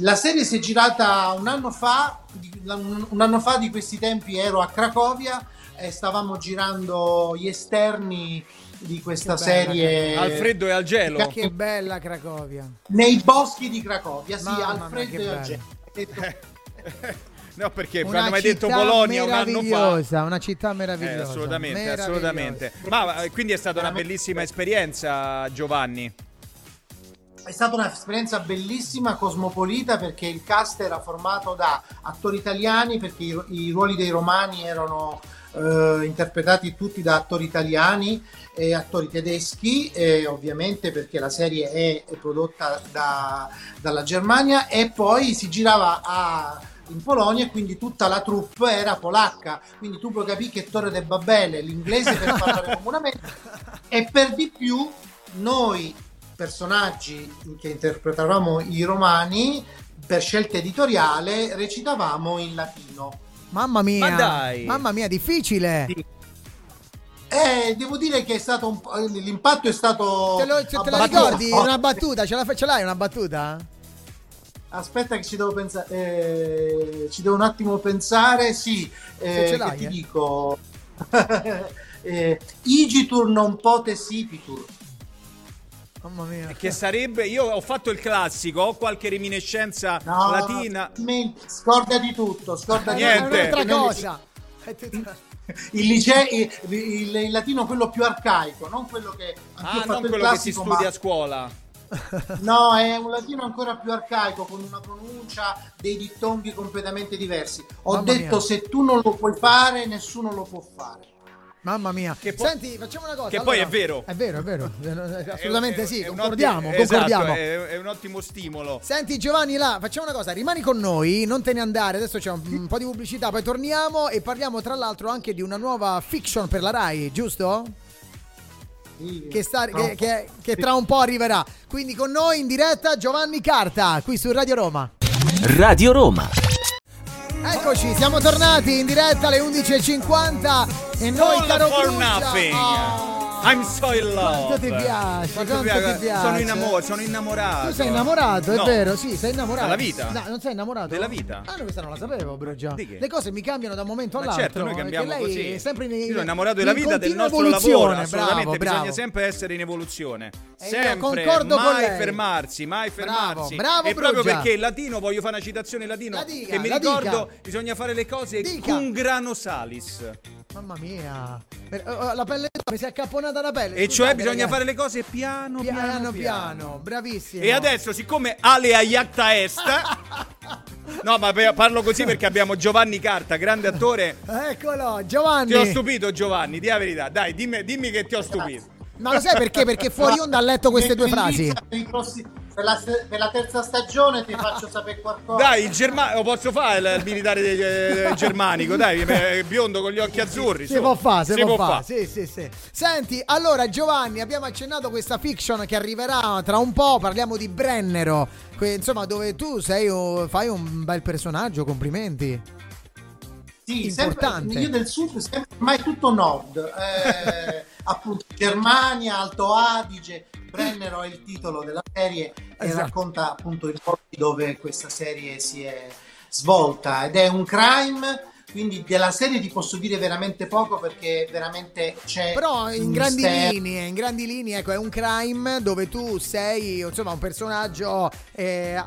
Speaker 6: La serie si è girata un anno fa, un anno fa di questi tempi ero a Cracovia e stavamo girando gli esterni di questa serie
Speaker 4: eh,
Speaker 3: al freddo e al gelo.
Speaker 4: Che bella Cracovia.
Speaker 6: Nei boschi di Cracovia, Mamma sì, al freddo e al gelo.
Speaker 3: (laughs) No, perché una hanno mai detto Bologna un anno fa.
Speaker 4: Una città meravigliosa. Eh,
Speaker 3: assolutamente, meravigliosa. assolutamente. Ma eh, quindi è stata una bellissima esperienza, Giovanni.
Speaker 6: È stata un'esperienza bellissima, cosmopolita, perché il cast era formato da attori italiani, perché i, i ruoli dei romani erano eh, interpretati tutti da attori italiani e attori tedeschi, eh, ovviamente perché la serie è, è prodotta da, dalla Germania, e poi si girava a in Polonia e quindi tutta la troupe era polacca. Quindi tu puoi capire che Torre del Babele, l'inglese per parlare comunamente. E per di più noi personaggi che interpretavamo i romani, per scelta editoriale, recitavamo in latino.
Speaker 4: Mamma mia! Ma mamma mia, difficile! Sì.
Speaker 6: Eh, devo dire che è stato un... l'impatto è stato.
Speaker 4: Te, lo, te, te la ricordi? Una battuta, ce, la, ce l'hai una battuta?
Speaker 6: aspetta che ci devo pensare eh, ci devo un attimo pensare sì eh, ce l'hai, ti eh. dico (laughs) eh, igitur non pote sipitur
Speaker 4: mamma mia
Speaker 3: che sarebbe io ho fatto il classico ho qualche reminiscenza no, latina
Speaker 6: mi, scorda di tutto scorda di
Speaker 3: niente
Speaker 4: un'altra cosa
Speaker 6: il, liceo, il, il, il, latino quello più arcaico non quello che
Speaker 3: ah, non quello classico, che si studia ma... a scuola
Speaker 6: No, è un latino ancora più arcaico, con una pronuncia, dei dittonghi completamente diversi. Ho Mamma detto mia. se tu non lo puoi fare, nessuno lo può fare.
Speaker 4: Mamma mia, che po- senti, facciamo una cosa.
Speaker 3: Che allora, poi è vero.
Speaker 4: È vero, è vero. Assolutamente è, è, sì, è concordiamo, ottimo, concordiamo.
Speaker 3: Esatto, è, un ottimo stimolo.
Speaker 4: Senti Giovanni, là, facciamo una cosa, rimani con noi, non te ne andare, adesso c'è un, un po' di pubblicità, poi torniamo e parliamo tra l'altro anche di una nuova fiction per la RAI, giusto? Che, sta, che, che, che, tra un po' arriverà. Quindi con noi in diretta Giovanni Carta, qui su Radio Roma.
Speaker 2: Radio Roma.
Speaker 4: Eccoci, siamo tornati in diretta alle 11.50 e noi All caro
Speaker 3: for
Speaker 4: Brucia,
Speaker 3: nothing. Oh, I'm so in love.
Speaker 4: Quanto ti piace? Quanto, quanto ti piace? piace?
Speaker 3: Sono, innamor- sono, innamorato.
Speaker 4: Tu sei innamorato, no. è vero? Sì, sei innamorato.
Speaker 3: Della vita?
Speaker 4: No, non sei innamorato.
Speaker 3: Della vita.
Speaker 4: Ah, no, questa non la sapevo, Brugia. Le cose mi cambiano da un momento
Speaker 3: Ma
Speaker 4: all'altro. eh,
Speaker 3: Certo, noi cambiamo
Speaker 4: lei
Speaker 3: così.
Speaker 4: È sempre in,
Speaker 3: Io sono innamorato della in vita del nostro lavoro, assolutamente. Bravo, Bisogna bravo. sempre essere in evoluzione. Sempre,
Speaker 4: concordo
Speaker 3: mai
Speaker 4: con lei.
Speaker 3: fermarsi, mai
Speaker 4: Bravo,
Speaker 3: fermarsi.
Speaker 4: bravo
Speaker 3: E proprio
Speaker 4: Brugia.
Speaker 3: perché il latino, voglio fare una citazione in latino,
Speaker 4: dica,
Speaker 3: che mi
Speaker 4: la
Speaker 3: ricordo,
Speaker 4: dica.
Speaker 3: bisogna fare le cose
Speaker 4: Dica.
Speaker 3: con grano salis.
Speaker 4: Mamma mia, oh, la pelle mi si è accapponata la pelle.
Speaker 3: E cioè, bisogna fare le cose piano piano,
Speaker 4: piano, piano, piano. bravissimo.
Speaker 3: E adesso, siccome Ale
Speaker 4: (laughs)
Speaker 3: Ayatta Est, no, ma parlo così perché abbiamo Giovanni Carta, grande attore.
Speaker 4: Eccolo, Giovanni.
Speaker 3: Ti ho stupito, Giovanni, di la verità. Dai, dimmi, dimmi che ti ho stupito.
Speaker 4: Ma lo sai perché? Perché fuori onda ha letto queste due frasi.
Speaker 6: Per la, per la, terza stagione ti faccio sapere qualcosa.
Speaker 3: Dai, il Germa- lo posso fare il, il militare de- de- germanico, dai, biondo con gli occhi azzurri.
Speaker 4: Si, so. può fare, si, si, può, può fare. Fa. Sì, sì, sì. Senti, allora Giovanni, abbiamo accennato questa fiction che arriverà tra un po', parliamo di Brennero, que- insomma, dove tu sei, oh, fai un bel personaggio, complimenti.
Speaker 6: Sì, importante. Sempre, io del sud, sempre, ormai tutto nord, eh,
Speaker 4: (laughs)
Speaker 6: appunto Germania, Alto Adige, Brennero è il titolo della serie esatto. e racconta appunto i posti dove questa serie si è svolta ed è un crime quindi della serie ti posso dire veramente poco perché veramente c'è
Speaker 4: però in grandi mister... linee in grandi linee ecco è un crime dove tu sei insomma un personaggio eh,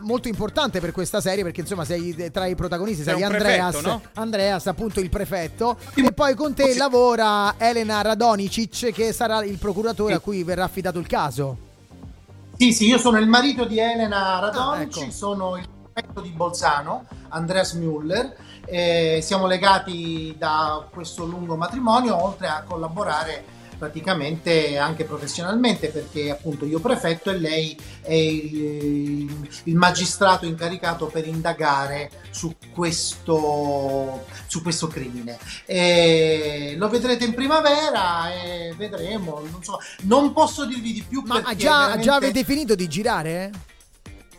Speaker 4: molto importante per questa serie perché insomma sei tra i protagonisti sei, sei Andreas
Speaker 3: prefetto, no?
Speaker 4: Andreas appunto il prefetto e poi con te lavora Elena Radonicic che sarà il procuratore sì. a cui verrà affidato il caso
Speaker 6: sì, sì, io sono il marito di Elena Radonicic, ah, ecco. sono il prefetto di Bolzano, Andreas Müller, eh, siamo legati da questo lungo matrimonio, oltre a collaborare praticamente anche professionalmente perché appunto io prefetto e lei è il, il magistrato incaricato per indagare su questo, su questo crimine. E lo vedrete in primavera e vedremo. Non, so, non posso dirvi di più.
Speaker 4: Ma
Speaker 6: perché
Speaker 4: già,
Speaker 6: veramente-
Speaker 4: già avete finito di girare?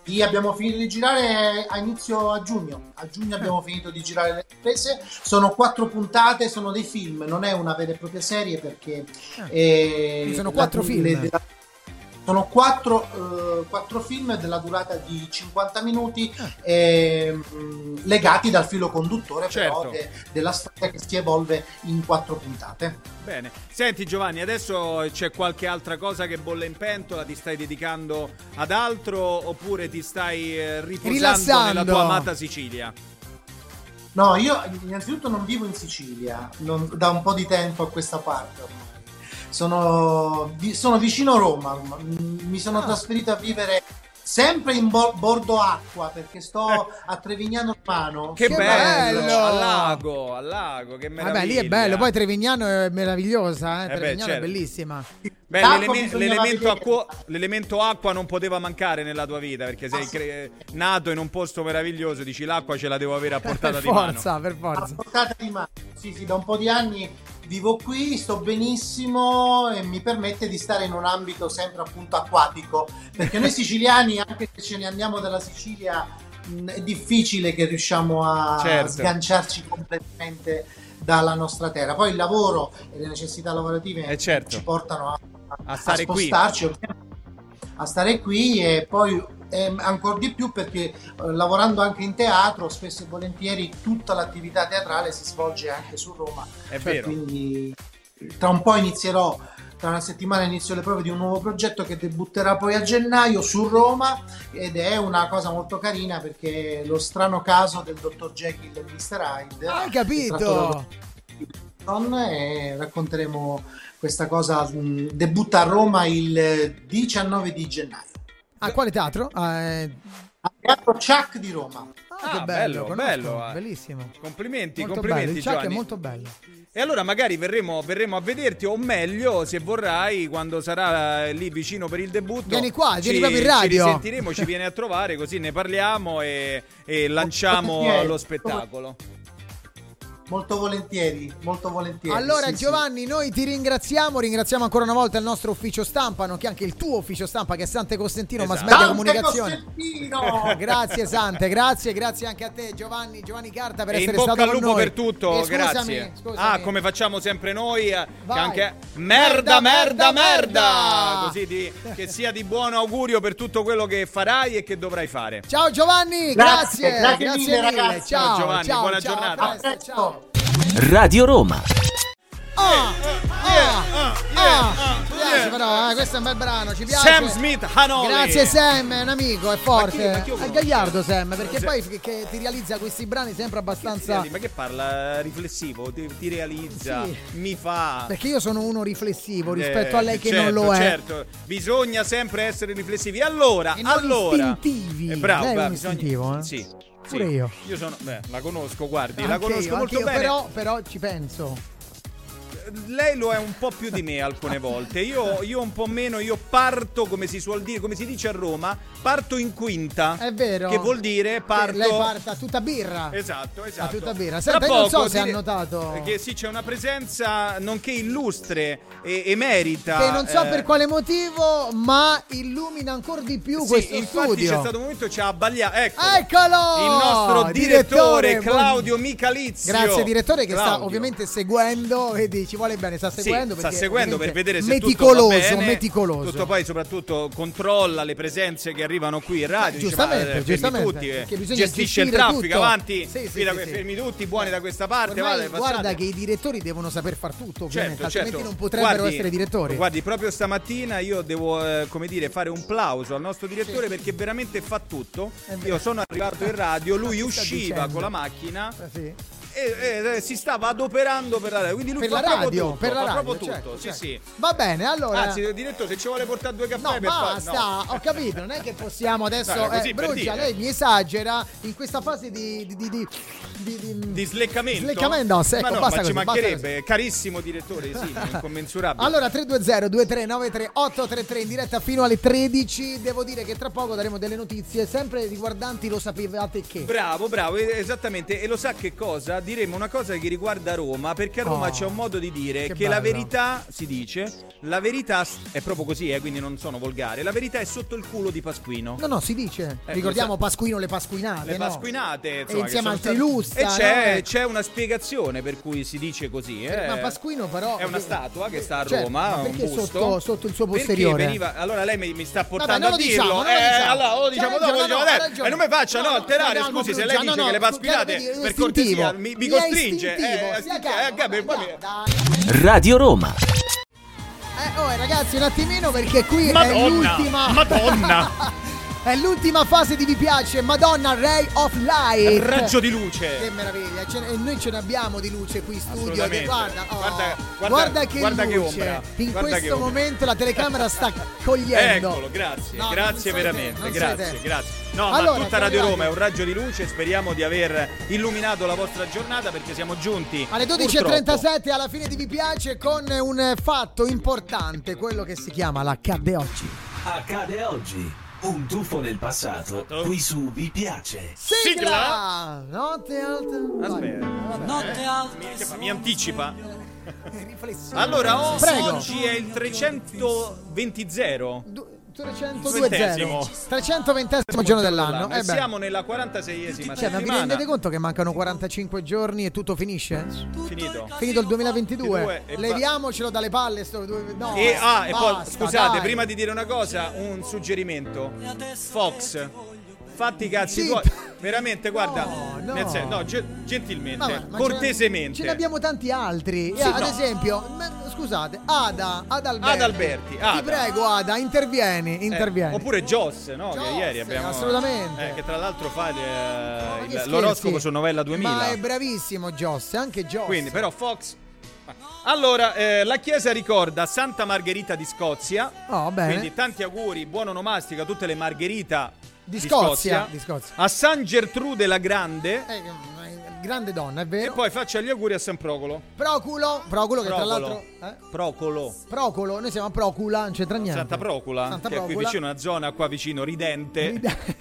Speaker 6: sì, abbiamo finito di girare a inizio a giugno. A
Speaker 4: Ah.
Speaker 6: giugno abbiamo finito di girare le riprese. Sono quattro puntate, sono dei film, non è una vera e propria serie perché... eh,
Speaker 4: Ci Ah. sono
Speaker 6: la-
Speaker 4: quattro film.
Speaker 6: sono quattro, eh, quattro film della durata di 50 minuti
Speaker 4: Ah.
Speaker 6: ehm, legati dal filo conduttore
Speaker 3: Certo.
Speaker 6: però de- della storia che si evolve in quattro puntate.
Speaker 3: Bene, senti Giovanni, adesso c'è qualche altra cosa che bolle in pentola, ti stai dedicando ad altro oppure ti stai eh, riposando
Speaker 4: Rilassando.
Speaker 3: nella tua amata Sicilia?
Speaker 6: No, io innanzitutto non vivo in Sicilia, non- da un po' di tempo a questa parte ormai. Sono, vi- sono vicino Roma, ormai. M- mi
Speaker 3: Ah.
Speaker 6: sono trasferito a vivere sempre in bo- bordo acqua perché sto a Trevignano Romano.
Speaker 3: Che,
Speaker 4: Che
Speaker 3: bello!
Speaker 4: bello!
Speaker 3: Al lago, al lago, che meraviglia.
Speaker 4: Vabbè, Ah, lì è bello. Poi Trevignano è meravigliosa.
Speaker 3: Eh
Speaker 4: Eh?
Speaker 3: beh,
Speaker 4: Trevignano
Speaker 3: certo.
Speaker 4: è bellissima.
Speaker 3: Beh,
Speaker 6: L'acqua
Speaker 3: l'eleme-
Speaker 6: bisognava
Speaker 3: l'elemento,
Speaker 6: vedere.
Speaker 3: acqua, l'elemento acqua non poteva mancare nella tua vita perché sei cre- nato in un posto meraviglioso, dici l'acqua ce la devo avere a portata
Speaker 4: Per
Speaker 3: di mano.
Speaker 4: forza, per
Speaker 6: alla
Speaker 4: forza.
Speaker 6: portata di mano. Sì, sì, da un po' di anni vivo qui, sto benissimo e mi permette di stare in un ambito sempre appunto acquatico, perché noi siciliani, anche se ce ne andiamo dalla Sicilia, mh, è difficile che riusciamo a
Speaker 3: Certo.
Speaker 6: sganciarci completamente dalla nostra terra. Poi il lavoro e le necessità lavorative
Speaker 3: Eh, certo.
Speaker 6: ci portano a,
Speaker 3: A stare qui.
Speaker 6: spostarci, ovviamente, a stare qui e poi ancora di più perché eh, lavorando anche in teatro, spesso e volentieri tutta l'attività teatrale si svolge anche su Roma.
Speaker 3: È
Speaker 6: Cioè,
Speaker 3: vero.
Speaker 6: Quindi tra un po' inizierò, tra una settimana inizio le prove di un nuovo progetto che debutterà poi a gennaio su Roma ed è una cosa molto carina perché è lo strano caso del dottor Jekyll e Mr. Hyde.
Speaker 4: Ah, Hai
Speaker 6: tratto da-
Speaker 4: capito?
Speaker 6: e racconteremo questa cosa. mh, Debutta a Roma il 19 di gennaio.
Speaker 4: A quale teatro? Ah, eh,
Speaker 6: Al Teatro Chuck di Roma.
Speaker 4: ah,
Speaker 3: Ah,
Speaker 4: che bello,
Speaker 3: bello,
Speaker 4: conosco,
Speaker 3: bello, eh.
Speaker 4: bellissimo.
Speaker 3: Complimenti,
Speaker 4: Molto
Speaker 3: complimenti
Speaker 4: bello. Il Chuck
Speaker 3: Giovanni.
Speaker 4: è molto bello.
Speaker 3: E allora magari verremo, verremo a vederti o meglio, se vorrai, quando sarà eh, lì vicino per il debutto.
Speaker 4: Vieni qua, vieni
Speaker 3: ci,
Speaker 4: proprio in radio.
Speaker 3: Ci risentiremo, ci vieni a trovare, così ne parliamo e,
Speaker 4: (laughs)
Speaker 3: e lanciamo
Speaker 6: volentieri.
Speaker 3: lo spettacolo.
Speaker 6: Molto volentieri, molto volentieri.
Speaker 4: Allora
Speaker 6: sì, sì.
Speaker 4: Giovanni, noi ti ringraziamo, ringraziamo ancora una volta il nostro ufficio stampa, nonché anche il tuo ufficio stampa che è Sante Costantino
Speaker 3: Esatto.
Speaker 4: Mass Media
Speaker 6: Dante
Speaker 4: Comunicazione.
Speaker 6: Costantino!
Speaker 4: (laughs) Grazie Sante, grazie, grazie anche a te Giovanni, Giovanni Carta per
Speaker 3: E in
Speaker 4: essere
Speaker 3: bocca
Speaker 4: stato
Speaker 3: al
Speaker 4: con
Speaker 3: lupo
Speaker 4: noi.
Speaker 3: per tutto,
Speaker 4: E scusami,
Speaker 3: grazie.
Speaker 4: scusami.
Speaker 3: Ah, come facciamo sempre noi, eh,
Speaker 4: Vai.
Speaker 3: che anche
Speaker 4: Merda,
Speaker 3: merda, merda, merda,
Speaker 4: merda, merda!
Speaker 3: Così di- che sia di buon augurio per tutto quello che farai e che dovrai fare.
Speaker 4: Ciao Giovanni, grazie,
Speaker 6: Grazie, grazie
Speaker 4: grazie
Speaker 6: mille, ragazzi.
Speaker 4: Ciao
Speaker 3: Ciao, Giovanni,
Speaker 4: ciao,
Speaker 3: buona
Speaker 4: ciao,
Speaker 3: giornata.
Speaker 4: a
Speaker 6: A
Speaker 4: presto, ciao.
Speaker 6: presto!
Speaker 2: Radio Roma.
Speaker 4: Ah, ah,
Speaker 3: yeah,
Speaker 4: ah, mi piace però, eh, questo è un bel brano, ci piace.
Speaker 3: Sam Smith, Hanoi.
Speaker 4: Grazie Sam, è un amico, è forte.
Speaker 3: ma chi lo
Speaker 4: è
Speaker 3: conosce?
Speaker 4: gagliardo Sam, perché
Speaker 3: Sì.
Speaker 4: poi che- che ti realizza questi brani sempre abbastanza...
Speaker 3: Ma che parla riflessivo, ti, ti realizza,
Speaker 4: Sì.
Speaker 3: mi fa...
Speaker 4: Perché io sono uno riflessivo rispetto
Speaker 3: Eh,
Speaker 4: a lei che
Speaker 3: certo,
Speaker 4: non lo è.
Speaker 3: Certo, bisogna sempre essere riflessivi. Allora,
Speaker 4: E non
Speaker 3: allora.
Speaker 4: istintivi.
Speaker 3: Eh, bravo,
Speaker 4: Lei è
Speaker 3: bravo,
Speaker 4: un
Speaker 3: bisogna-
Speaker 4: istintivo, eh?
Speaker 3: Sì. sì.
Speaker 4: Pure io.
Speaker 3: Io sono. Beh, la conosco, guardi, la
Speaker 4: Anche
Speaker 3: conosco
Speaker 4: io,
Speaker 3: molto
Speaker 4: anche io,
Speaker 3: bene.
Speaker 4: Però, però ci penso.
Speaker 3: Lei lo è un po' più di me alcune volte. Io, io un po' meno, io parto come si suol dire, come si dice a Roma, parto in quinta.
Speaker 4: È vero.
Speaker 3: Che vuol dire parto.
Speaker 4: Sì, Lei parte a tutta birra.
Speaker 3: Esatto, esatto.
Speaker 4: tutta birra.
Speaker 3: Tra
Speaker 4: Senta, io non so
Speaker 3: poco
Speaker 4: se ha
Speaker 3: dire-
Speaker 4: notato-
Speaker 3: Che sì, c'è una presenza nonché illustre e emerita.
Speaker 4: Che non so
Speaker 3: eh,
Speaker 4: per quale motivo, ma illumina ancora di più
Speaker 3: Sì,
Speaker 4: questo
Speaker 3: infatti
Speaker 4: studio.
Speaker 3: c'è stato un momento che ci ha abbagliato. Ecco,
Speaker 4: Eccolo!
Speaker 3: Il nostro direttore, Claudio
Speaker 4: buon-
Speaker 3: Micalizio.
Speaker 4: Grazie direttore che sta
Speaker 3: Claudio.
Speaker 4: ovviamente seguendo, vedi, ci vuole bene, sta
Speaker 3: Sì,
Speaker 4: seguendo
Speaker 3: sta
Speaker 4: perché
Speaker 3: seguendo per
Speaker 4: ovviamente
Speaker 3: vedere se
Speaker 4: meticoloso,
Speaker 3: tutto va bene.
Speaker 4: meticoloso.
Speaker 3: Tutto poi soprattutto controlla le presenze che arrivano qui in radio.
Speaker 4: Eh,
Speaker 3: dice,
Speaker 4: giustamente,
Speaker 3: ma, eh, fermi
Speaker 4: giustamente,
Speaker 3: tutti, eh.
Speaker 4: perché bisogna
Speaker 3: gestisce il
Speaker 4: gestire
Speaker 3: traffico
Speaker 4: tutto.
Speaker 3: avanti.
Speaker 4: Sì, sì,
Speaker 3: qui da
Speaker 4: sì,
Speaker 3: que-
Speaker 4: sì.
Speaker 3: fermi tutti, buoni da questa parte,
Speaker 4: Ormai
Speaker 3: vale,
Speaker 4: guarda
Speaker 3: passate.
Speaker 4: che i direttori devono saper far tutto, ovviamente,
Speaker 3: Certo,
Speaker 4: altrimenti
Speaker 3: certo.
Speaker 4: non potrebbero
Speaker 3: Guardi,
Speaker 4: essere direttori.
Speaker 3: Guardi, proprio stamattina io devo, eh, come dire, fare un plauso al nostro direttore perché veramente fa tutto.
Speaker 4: È vero.
Speaker 3: Io sono arrivato in radio, lui
Speaker 4: Che sta
Speaker 3: usciva
Speaker 4: dicendo?
Speaker 3: con la macchina
Speaker 4: Ah, sì.
Speaker 3: eh, eh, si stava adoperando per la radio. Quindi lui
Speaker 4: Per
Speaker 3: fa
Speaker 4: la
Speaker 3: proprio
Speaker 4: radio,
Speaker 3: tutto,
Speaker 4: per la
Speaker 3: fa
Speaker 4: radio,
Speaker 3: proprio
Speaker 4: certo,
Speaker 3: tutto.
Speaker 4: certo.
Speaker 3: Sì, sì.
Speaker 4: Va bene, allora.
Speaker 3: Anzi, direttore, se ci vuole portare due caffè
Speaker 4: No,
Speaker 3: per fare-
Speaker 4: basta,
Speaker 3: no.
Speaker 4: ho capito, non è che possiamo adesso...
Speaker 3: Dai, così,
Speaker 4: eh,
Speaker 3: per
Speaker 4: Brugia,
Speaker 3: dire.
Speaker 4: lei mi esagera in questa fase di... di, di, di, di- di-
Speaker 3: Di sleccamento?
Speaker 4: Sleccamento, sì, ecco,
Speaker 3: ma no,
Speaker 4: basta
Speaker 3: ma ci
Speaker 4: così, basta
Speaker 3: mancherebbe, carissimo direttore, sì,
Speaker 4: (laughs)
Speaker 3: incommensurabile.
Speaker 4: Allora 320-2393833 in diretta fino alle 13. Devo dire che tra poco daremo delle notizie sempre riguardanti lo sapevate che.
Speaker 3: Bravo, bravo, eh, esattamente. E lo sa che cosa? Diremo una cosa che riguarda Roma, perché a Roma
Speaker 4: Oh,
Speaker 3: c'è un modo di dire
Speaker 4: che
Speaker 3: che, la
Speaker 4: bello.
Speaker 3: verità, si dice, la verità s- è proprio così, eh, quindi non sono volgare, la verità è sotto il culo di Pasquino.
Speaker 4: No, no, si dice.
Speaker 3: Eh,
Speaker 4: Ricordiamo
Speaker 3: lo sa-
Speaker 4: Pasquino le Pasquinate.
Speaker 3: Le
Speaker 4: no?
Speaker 3: pasquinate, insomma,
Speaker 4: e insieme
Speaker 3: che
Speaker 4: al
Speaker 3: sono
Speaker 4: Trilussa.
Speaker 3: state- E c'è,
Speaker 4: no? Eh,
Speaker 3: c'è una spiegazione per cui si dice così. eh.
Speaker 4: ma Pasquino però...
Speaker 3: È una statua che sta a
Speaker 4: Certo,
Speaker 3: Roma,
Speaker 4: ma
Speaker 3: un
Speaker 4: perché
Speaker 3: busto.
Speaker 4: sotto- sotto il suo
Speaker 3: Perché
Speaker 4: posteriore?
Speaker 3: veniva- allora lei mi, mi sta
Speaker 4: Vabbè,
Speaker 3: portando
Speaker 4: non
Speaker 3: a
Speaker 4: lo
Speaker 3: dirlo.
Speaker 4: diciamo, non lo
Speaker 3: eh,
Speaker 4: diciamo.
Speaker 3: allora lo
Speaker 4: C'ha
Speaker 3: diciamo
Speaker 4: ragione,
Speaker 3: dopo,
Speaker 4: no,
Speaker 3: lo
Speaker 4: no,
Speaker 3: diciamo
Speaker 4: ha
Speaker 3: adesso.
Speaker 4: ragione.
Speaker 3: E non mi faccia
Speaker 4: No,
Speaker 3: no,
Speaker 4: no,
Speaker 3: alterare,
Speaker 4: andiamo,
Speaker 3: scusi, se
Speaker 4: Brugia,
Speaker 3: lei
Speaker 4: no,
Speaker 3: dice
Speaker 4: no,
Speaker 3: che le
Speaker 4: devo dire, è
Speaker 3: pasquinate per
Speaker 4: istintivo.
Speaker 3: cortesia mi,
Speaker 4: Sì,
Speaker 3: mi
Speaker 4: è
Speaker 3: costringe.
Speaker 4: istintivo,
Speaker 3: eh,
Speaker 4: sia
Speaker 3: eh,
Speaker 4: calmo,
Speaker 3: Gabriel,
Speaker 4: dai,
Speaker 3: poi mi-
Speaker 4: dai.
Speaker 2: Radio Roma.
Speaker 4: Eh, oh, eh, ragazzi, un attimino perché qui è
Speaker 3: Madonna,
Speaker 4: l'ultima.
Speaker 3: Madonna.
Speaker 4: (laughs) è l'ultima fase di Vi piace, Madonna Ray of Light.
Speaker 3: Raggio di
Speaker 4: Che
Speaker 3: luce.
Speaker 4: meraviglia, ce ne- e noi ce ne abbiamo di luce qui in studio.
Speaker 3: Assolutamente.
Speaker 4: guarda, oh,
Speaker 3: Guarda- guarda-
Speaker 4: guarda che
Speaker 3: guarda che
Speaker 4: luce.
Speaker 3: ombra,
Speaker 4: In
Speaker 3: guarda che
Speaker 4: questo
Speaker 3: ombra.
Speaker 4: momento la telecamera
Speaker 3: (laughs)
Speaker 4: sta cogliendo.
Speaker 3: Eccolo, grazie,
Speaker 4: No, non sei
Speaker 3: grazie
Speaker 4: te,
Speaker 3: veramente,
Speaker 4: non sei
Speaker 3: grazie,
Speaker 4: te.
Speaker 3: grazie. No,
Speaker 4: Allora,
Speaker 3: ma tutta
Speaker 4: siamo
Speaker 3: Radio
Speaker 4: arrivati.
Speaker 3: Roma è un raggio di luce, speriamo di aver illuminato la vostra giornata perché siamo giunti
Speaker 4: Alle
Speaker 3: purtroppo,
Speaker 4: 12.37 alla fine di Vi piace con un eh, fatto importante, quello che si chiama l'accadde oggi.
Speaker 7: Accade oggi. Un tuffo nel passato.
Speaker 3: Certo.
Speaker 7: Qui su Vi piace.
Speaker 4: Sigla! Notte alta. Vai.
Speaker 3: Aspetta.
Speaker 4: Vabbè.
Speaker 3: Mi- che fa? Mi anticipa?
Speaker 4: Riflessione.
Speaker 3: Allora, o-
Speaker 4: Prego.
Speaker 3: oggi è il 320.
Speaker 4: Du- 302
Speaker 3: Ventesimo.
Speaker 4: 320 giorno dell'anno.
Speaker 3: E
Speaker 4: Eh beh.
Speaker 3: siamo nella 46esima
Speaker 4: Cioè, ma vi
Speaker 3: settimana.
Speaker 4: rendete conto che mancano 45 giorni e tutto finisce?
Speaker 3: Finito.
Speaker 4: Finito il 2022.
Speaker 3: 22 e ba-
Speaker 4: Leviamocelo dalle palle. sto- no,
Speaker 3: E, ah, e poi
Speaker 4: basta,
Speaker 3: scusate,
Speaker 4: dai.
Speaker 3: prima di dire una cosa, un suggerimento. Fox, fatti i cazzi
Speaker 4: Sì.
Speaker 3: tuoi. Veramente, guarda,
Speaker 4: No, no.
Speaker 3: nel sen- no, ge- gentilmente,
Speaker 4: Vabbè, ma
Speaker 3: cortesemente.
Speaker 4: Ce ne abbiamo tanti altri. Eh,
Speaker 3: Sì,
Speaker 4: ad
Speaker 3: no.
Speaker 4: esempio, me- scusate, Ada, Adalberti.
Speaker 3: Adalberti,
Speaker 4: Ti
Speaker 3: Ada.
Speaker 4: prego, Ada, intervieni,
Speaker 3: Eh,
Speaker 4: intervieni.
Speaker 3: oppure Joss, no?
Speaker 4: Joss,
Speaker 3: che ieri abbiamo.
Speaker 4: assolutamente.
Speaker 3: eh, che tra l'altro fa il-
Speaker 4: Ma che
Speaker 3: eh, il-
Speaker 4: scherzi?
Speaker 3: l'oroscopo su Novella 2000.
Speaker 4: Ma è bravissimo Joss, anche Joss.
Speaker 3: Quindi, però, Fox. Allora, eh, la chiesa ricorda Santa Margherita di Scozia.
Speaker 4: Oh, bene.
Speaker 3: Quindi, tanti auguri, buon onomastico a tutte le Margherita
Speaker 4: Di Scozia, di Scozia.
Speaker 3: A San Gertrude la Grande.
Speaker 4: Eh, eh, grande donna, è
Speaker 3: E
Speaker 4: vero?
Speaker 3: poi faccia gli auguri a San Procolo.
Speaker 4: Proculo, Proculo che tra
Speaker 3: Procolo.
Speaker 4: l'altro eh?
Speaker 3: Procolo.
Speaker 4: Procolo, noi siamo a Procula, non c'entra niente.
Speaker 3: Santa Procula,
Speaker 4: Santa
Speaker 3: che è qui
Speaker 4: Procula.
Speaker 3: vicino, una zona qua vicino ridente.
Speaker 4: Ridente,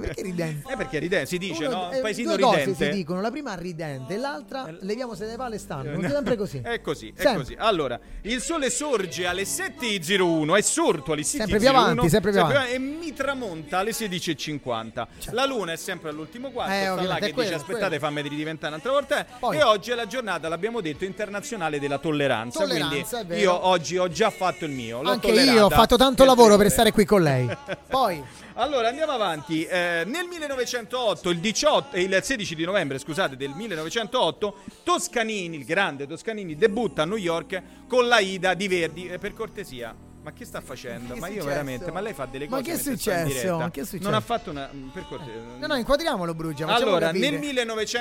Speaker 4: (laughs) ridente, perché ridente?
Speaker 3: Eh, perché ridente, si dice,
Speaker 4: Uno-
Speaker 3: no?
Speaker 4: eh,
Speaker 3: Un paesino
Speaker 4: due cose
Speaker 3: ridente. Eh,
Speaker 4: si dicono, la prima ridente, l'altra leviamo se le palle stanno,
Speaker 3: No.
Speaker 4: sempre così.
Speaker 3: Eh, (laughs) È così, è
Speaker 4: Sempre.
Speaker 3: così. Allora, il sole sorge alle 7.01, è sorto alle
Speaker 4: Sempre
Speaker 3: 7.01.
Speaker 4: più avanti, sempre più avanti. Certo.
Speaker 3: E mi tramonta alle 16.50. La luna è sempre all'ultimo quarto,
Speaker 4: Eh,
Speaker 3: sta là
Speaker 4: ovviamente,
Speaker 3: che
Speaker 4: è quello,
Speaker 3: dice
Speaker 4: è
Speaker 3: aspettate fammi diventare un'altra volta.
Speaker 4: Poi.
Speaker 3: E oggi è la giornata, l'abbiamo detto, internazionale della tolleranza.
Speaker 4: Tolleranza, è
Speaker 3: quindi
Speaker 4: vero.
Speaker 3: io oggi ho già fatto il mio. l'ho
Speaker 4: Anche
Speaker 3: tollerata
Speaker 4: io ho fatto tanto
Speaker 3: per
Speaker 4: lavoro
Speaker 3: tre
Speaker 4: per
Speaker 3: ore.
Speaker 4: stare qui con
Speaker 3: (laughs)
Speaker 4: lei. Poi,
Speaker 3: Allora andiamo avanti. Eh, nel 1908, il, 18 eh, il 16 di novembre, scusate, del 1908, Toscanini, il grande Toscanini, debutta a New York con la Ida di Verdi. Eh, per cortesia. Ma che sta facendo?
Speaker 4: Che è
Speaker 3: ma io
Speaker 4: successo?
Speaker 3: veramente, ma lei fa delle
Speaker 4: Ma
Speaker 3: cose
Speaker 4: che è
Speaker 3: mentre sta in
Speaker 4: successo?
Speaker 3: diretta.
Speaker 4: Che è successo? Eh,
Speaker 3: Non ha fatto una mm, per cortesia.
Speaker 4: no, no, inquadriamolo Brugia. facciamo
Speaker 3: Allora,
Speaker 4: capire.
Speaker 3: nel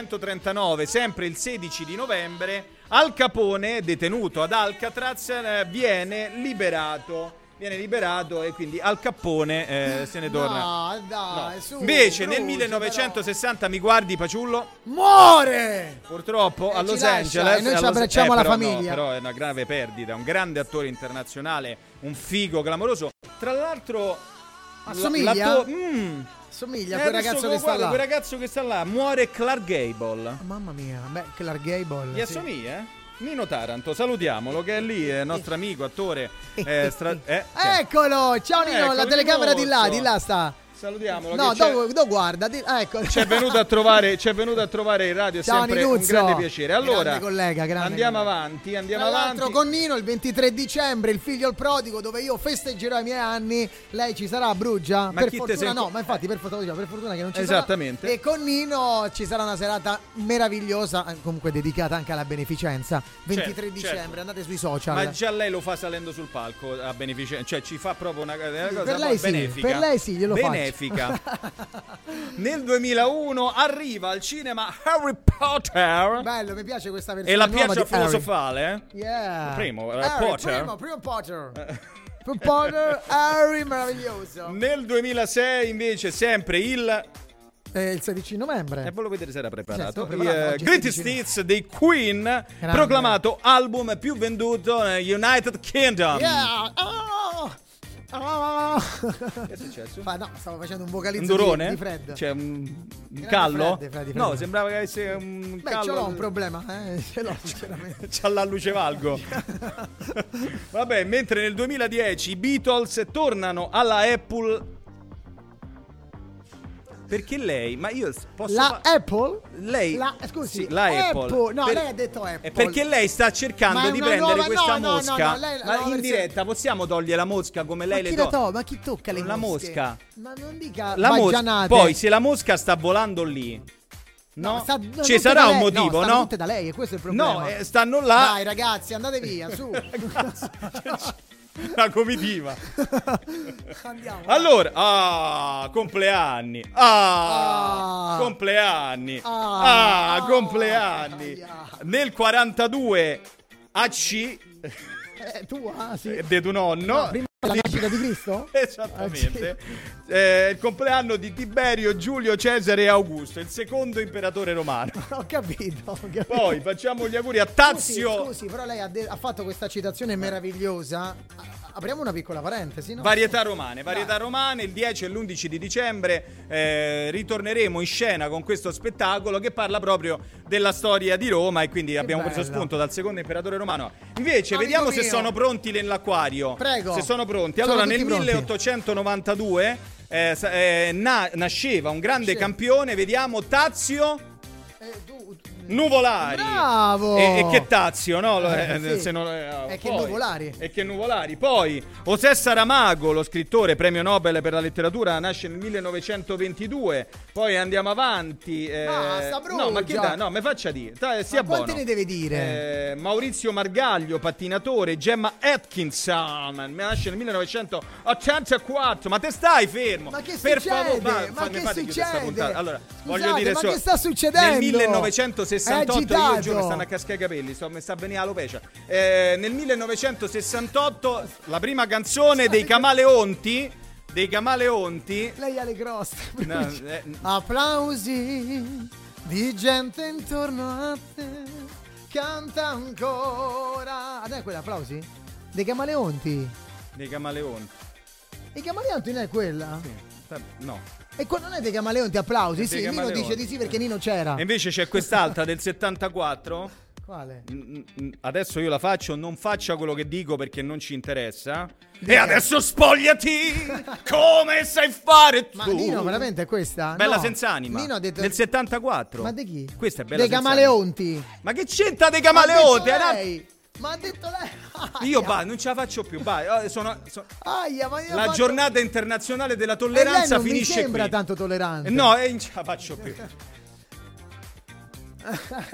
Speaker 3: 1939, sempre il 16 di novembre, Al Capone, detenuto ad Alcatraz, eh, viene liberato. Viene liberato e quindi Al Capone eh, se ne torna.
Speaker 4: No, dai,
Speaker 3: No.
Speaker 4: su,
Speaker 3: Invece nel
Speaker 4: Brugia,
Speaker 3: 1960 mi guardi Paciullo?
Speaker 4: però. Muore!
Speaker 3: Purtroppo
Speaker 4: E Eh,
Speaker 3: a
Speaker 4: ci
Speaker 3: Los
Speaker 4: lascia,
Speaker 3: Angeles eh,
Speaker 4: e noi ci
Speaker 3: a Los-
Speaker 4: abbracciamo alla
Speaker 3: però
Speaker 4: famiglia.
Speaker 3: No, però è una grave perdita, un grande attore internazionale, un figo clamoroso. Tra l'altro la-
Speaker 4: Assomiglia?
Speaker 3: l'atto- mm.
Speaker 4: Somiglia
Speaker 3: Eh,
Speaker 4: a quel
Speaker 3: adesso
Speaker 4: ragazzo
Speaker 3: lo
Speaker 4: che sta
Speaker 3: guardo,
Speaker 4: là.
Speaker 3: Quel ragazzo che sta là muore Clark Gable.
Speaker 4: Mamma mia, beh, Clark Gable.
Speaker 3: Gli
Speaker 4: sì.
Speaker 3: assomiglia, eh? Nino Taranto, salutiamolo che è lì, è nostro amico,
Speaker 4: (laughs)
Speaker 3: attore. eh, stra- eh, cioè,
Speaker 4: Eccolo, ciao Nino,
Speaker 3: Ecco,
Speaker 4: la telecamera di là,
Speaker 3: Nino
Speaker 4: di là sta.
Speaker 3: Salutiamolo.
Speaker 4: No,
Speaker 3: che c'è-
Speaker 4: do, do guarda, di- ecco. (laughs)
Speaker 3: Ci è venuto a trovare, ci è venuto a trovare in radio, è
Speaker 4: Ciao,
Speaker 3: sempre un
Speaker 4: Ninuzzo.
Speaker 3: grande piacere. Allora,
Speaker 4: Grande collega, grande
Speaker 3: andiamo
Speaker 4: collega.
Speaker 3: avanti, andiamo
Speaker 4: Tra
Speaker 3: avanti.
Speaker 4: l'altro con Nino il 23 dicembre, il figlio il prodigo, dove io festeggerò i miei anni. Lei ci sarà a Brugia?
Speaker 3: Ma
Speaker 4: per
Speaker 3: chi te
Speaker 4: fortuna
Speaker 3: sei-
Speaker 4: no, ma infatti per fortuna, diciamo, per fortuna che non ci
Speaker 3: Esattamente.
Speaker 4: sarà. E con Nino ci sarà una serata meravigliosa, eh, comunque dedicata anche alla beneficenza. 23
Speaker 3: Certo,
Speaker 4: dicembre,
Speaker 3: certo.
Speaker 4: andate sui social.
Speaker 3: Ma già lei lo fa salendo sul palco a beneficenza, cioè ci fa proprio una, una cosa
Speaker 4: per lei sì,
Speaker 3: benefica.
Speaker 4: per lei sì, glielo
Speaker 3: benefica, benefica. Nel 2001 arriva al cinema Harry
Speaker 4: (laughs)
Speaker 3: Potter.
Speaker 4: Bello, mi piace questa versione.
Speaker 3: E la
Speaker 4: nuova
Speaker 3: piaccia
Speaker 4: di Harry.
Speaker 3: filosofale, eh?
Speaker 4: Yeah.
Speaker 3: Il primo, era
Speaker 4: Harry,
Speaker 3: Potter. Eh.
Speaker 4: Primo, primo Potter. Primo Potter, Harry, meraviglioso.
Speaker 3: Nel 2006 invece sempre il...
Speaker 4: Eh, il 16 novembre.
Speaker 3: E volevo vedere se era preparato.
Speaker 4: Sì, stavo preparando
Speaker 3: Eh,
Speaker 4: oggi,
Speaker 3: Greatest
Speaker 4: 16.
Speaker 3: Hits dei Queen, proclamato album più venduto nel United Kingdom.
Speaker 4: Yeah. Ah. Ah.
Speaker 3: Che è successo?
Speaker 4: Fa- no, stavo facendo un
Speaker 3: Un
Speaker 4: vocalizzo
Speaker 3: durone?
Speaker 4: Di, di Fred.
Speaker 3: Cioè, un- un
Speaker 4: Grande
Speaker 3: callo?
Speaker 4: Fred, Fred,
Speaker 3: No,
Speaker 4: Fred.
Speaker 3: sembrava che avesse un
Speaker 4: Beh,
Speaker 3: callo.
Speaker 4: ce l'ho un problema, eh. (laughs) Ce l'ho,
Speaker 3: Cioè,
Speaker 4: sinceramente.
Speaker 3: (laughs) C'ha la
Speaker 4: (laughs)
Speaker 3: luce valgo. Vabbè, mentre nel 2010 i Beatles tornano alla Apple. Perché lei? Ma io s- posso.
Speaker 4: La
Speaker 3: fa-
Speaker 4: Apple?
Speaker 3: Lei-
Speaker 4: La, eh, scusi,
Speaker 3: sì, la Apple.
Speaker 4: No,
Speaker 3: Per-
Speaker 4: lei ha detto Apple.
Speaker 3: È perché lei sta cercando
Speaker 4: Ma è
Speaker 3: di
Speaker 4: una
Speaker 3: prendere
Speaker 4: nuova- no,
Speaker 3: questa
Speaker 4: no, no,
Speaker 3: mosca.
Speaker 4: no, lei- la
Speaker 3: ma
Speaker 4: nuova
Speaker 3: in
Speaker 4: versione-
Speaker 3: diretta possiamo togliere la mosca come
Speaker 4: Ma
Speaker 3: lei
Speaker 4: chi
Speaker 3: le
Speaker 4: la
Speaker 3: toglie?
Speaker 4: to- ma chi tocca le
Speaker 3: La
Speaker 4: mosche?
Speaker 3: mosca.
Speaker 4: Ma non dica
Speaker 3: La mos-
Speaker 4: baggianate.
Speaker 3: Poi, se la mosca sta volando lì, no?
Speaker 4: No, sta- no,
Speaker 3: ci
Speaker 4: tutte
Speaker 3: sarà
Speaker 4: da
Speaker 3: un
Speaker 4: lei-
Speaker 3: motivo,
Speaker 4: stanno
Speaker 3: no?
Speaker 4: tutte da lei e questo è il problema.
Speaker 3: No, eh, stanno là.
Speaker 4: Dai ragazzi, andate via, su. (laughs)
Speaker 3: (laughs) La comitiva.
Speaker 4: Andiamo.
Speaker 3: Allora, ah, compleanni. Ah,
Speaker 4: Ah.
Speaker 3: compleanni.
Speaker 4: Ah.
Speaker 3: Ah, compleanni. Nel 42 AC
Speaker 4: Eh, tu, ah, sì.
Speaker 3: eh, de tuo nonno.
Speaker 4: No, prima Ah, della nascita di Cristo?
Speaker 3: eh, (laughs) Esattamente. Eh, il compleanno di Tiberio, Giulio, Cesare e Augusto, il secondo
Speaker 4: (laughs)
Speaker 3: imperatore romano.
Speaker 4: Ho capito. ho capito.
Speaker 3: Poi facciamo gli auguri a
Speaker 4: Scusi,
Speaker 3: Tazio.
Speaker 4: scusi, però lei ha, de- ha fatto questa citazione meravigliosa. A- Apriamo una piccola parentesi, no?
Speaker 3: Varietà romane, varietà romane, il 10 e l'11 di dicembre eh, ritorneremo in scena con questo spettacolo che parla proprio della storia di Roma e quindi abbiamo preso
Speaker 4: bello.
Speaker 3: spunto dal secondo imperatore romano. Invece
Speaker 4: Amico
Speaker 3: vediamo se
Speaker 4: mio.
Speaker 3: sono pronti nell'acquario.
Speaker 4: Prego.
Speaker 3: Se sono pronti.
Speaker 4: Sono
Speaker 3: Allora
Speaker 4: tutti
Speaker 3: nel
Speaker 4: pronti.
Speaker 3: 1892 eh, sa- eh, na- nasceva un grande
Speaker 4: Nasceva.
Speaker 3: campione, vediamo Tazio
Speaker 4: Eh, tu-
Speaker 3: Nuvolari.
Speaker 4: Bravo!
Speaker 3: E, e che Tazio, no? Lo-
Speaker 4: Eh,
Speaker 3: eh,
Speaker 4: sì.
Speaker 3: se non- eh,
Speaker 4: E che
Speaker 3: poi-
Speaker 4: Nuvolari.
Speaker 3: e che nuvolari. Poi José Saramago, lo scrittore, premio Nobel per la letteratura, nasce nel 1922. Poi andiamo avanti. eh,
Speaker 4: Basta, Brugia.
Speaker 3: no, ma che dai, no, mi faccia dire. dai, sia
Speaker 4: Ma quante
Speaker 3: buono.
Speaker 4: ne deve dire?
Speaker 3: Eh, Maurizio Margaglio, pattinatore, Gemma Atkinson, nasce nel 1984. Ma te stai fermo?
Speaker 4: Ma che
Speaker 3: per
Speaker 4: succede?
Speaker 3: favore, va-
Speaker 4: Ma che
Speaker 3: fammi- fate chiudere sta
Speaker 4: succede?
Speaker 3: puntata. Allora,
Speaker 4: Scusate,
Speaker 3: voglio dire
Speaker 4: ma
Speaker 3: solo-
Speaker 4: che sta succedendo?
Speaker 3: Nel
Speaker 4: È
Speaker 3: 1968 io
Speaker 4: agitato.
Speaker 3: giuro, mi stanno a cascare i capelli, sto, mi sta venendo l'alopecia. Eh, nel 1968 la prima canzone dei Camaleonti, dei Camaleonti
Speaker 4: Lei ha le croste. (laughs)
Speaker 3: No, eh,
Speaker 4: Applausi di gente intorno a te. Canta ancora. Non è quella, applausi? Dei camaleonti.
Speaker 3: dei Camaleonti.
Speaker 4: I camaleonti non è quella?
Speaker 3: No.
Speaker 4: E quando non è dei camaleonti, applausi.
Speaker 3: È
Speaker 4: sì,
Speaker 3: dei
Speaker 4: Nino
Speaker 3: camaleonti.
Speaker 4: dice di sì perché Nino c'era.
Speaker 3: E invece c'è quest'altra del 74.
Speaker 4: Quale?
Speaker 3: Mm, mm, Adesso io la faccio, non faccia quello che dico perché non ci interessa. E adesso spogliati come sai fare tu.
Speaker 4: Ma Nino, veramente è questa?
Speaker 3: Bella
Speaker 4: No.
Speaker 3: senz'anima.
Speaker 4: Nino ha detto.
Speaker 3: Del 74.
Speaker 4: Ma di chi?
Speaker 3: Questa è bella
Speaker 4: Dei
Speaker 3: senz'anima.
Speaker 4: camaleonti.
Speaker 3: Ma che c'entra dei
Speaker 4: Ma ha detto
Speaker 3: camaleonti? Era-
Speaker 4: lei. Ma ha detto lei.
Speaker 3: Io bah, non ce la faccio più. bah, eh, sono- sono-
Speaker 4: Aia, ma io ho
Speaker 3: La
Speaker 4: fatto-
Speaker 3: giornata internazionale della
Speaker 4: E lei
Speaker 3: tolleranza
Speaker 4: non
Speaker 3: finisce
Speaker 4: mi sembra
Speaker 3: qui.
Speaker 4: tanto tollerante.
Speaker 3: Eh, No, eh, non ce la faccio più.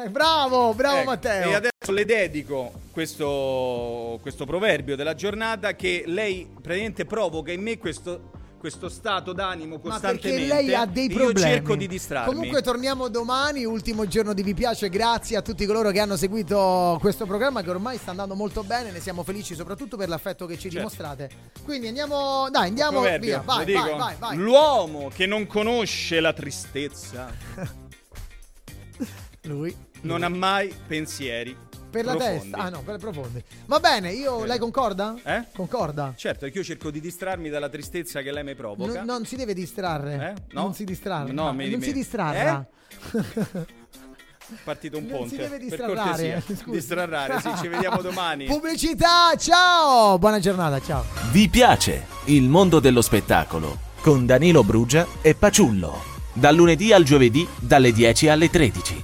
Speaker 4: Eh, bravo, bravo
Speaker 3: Ecco,
Speaker 4: Matteo.
Speaker 3: E adesso le dedico questo, questo proverbio della giornata che lei praticamente provoca in me questo, questo stato d'animo
Speaker 4: Ma perché
Speaker 3: costantemente.
Speaker 4: lei ha dei problemi.
Speaker 3: Io cerco di distrarmi.
Speaker 4: Comunque torniamo domani, ultimo giorno di Vi piace, grazie a tutti coloro che hanno seguito questo programma che ormai sta andando molto bene, ne siamo felici soprattutto per l'affetto che ci dimostrate. Quindi andiamo, dai, andiamo
Speaker 3: Certo. Proverbio,
Speaker 4: via, vai,
Speaker 3: lo dico.
Speaker 4: vai, vai, vai.
Speaker 3: L'uomo che non conosce la tristezza
Speaker 4: Lui
Speaker 3: non ha mai pensieri
Speaker 4: per la
Speaker 3: profondi.
Speaker 4: testa. Ah no, per profondi. Va bene, io lei concorda?
Speaker 3: Eh?
Speaker 4: Concorda?
Speaker 3: Certo, perché io cerco di distrarmi dalla tristezza che lei mi provoca.
Speaker 4: Non- non si deve distrarre.
Speaker 3: Eh? No?
Speaker 4: Non si distrarre.
Speaker 3: No, mi-
Speaker 4: non
Speaker 3: mi- Eh?
Speaker 4: si distrarra. (laughs)
Speaker 3: Partito un
Speaker 4: Non
Speaker 3: ponte.
Speaker 4: si deve
Speaker 3: per
Speaker 4: distrarrare. eh, (laughs)
Speaker 3: cortesia.
Speaker 4: scusi.
Speaker 3: Distrarrare, sì,
Speaker 4: (laughs)
Speaker 3: ci vediamo domani.
Speaker 4: Pubblicità, ciao! Buona giornata, ciao.
Speaker 2: Vi piace il mondo dello spettacolo con Danilo Brugia e Paciullo. Dal lunedì al giovedì dalle 10 alle 13,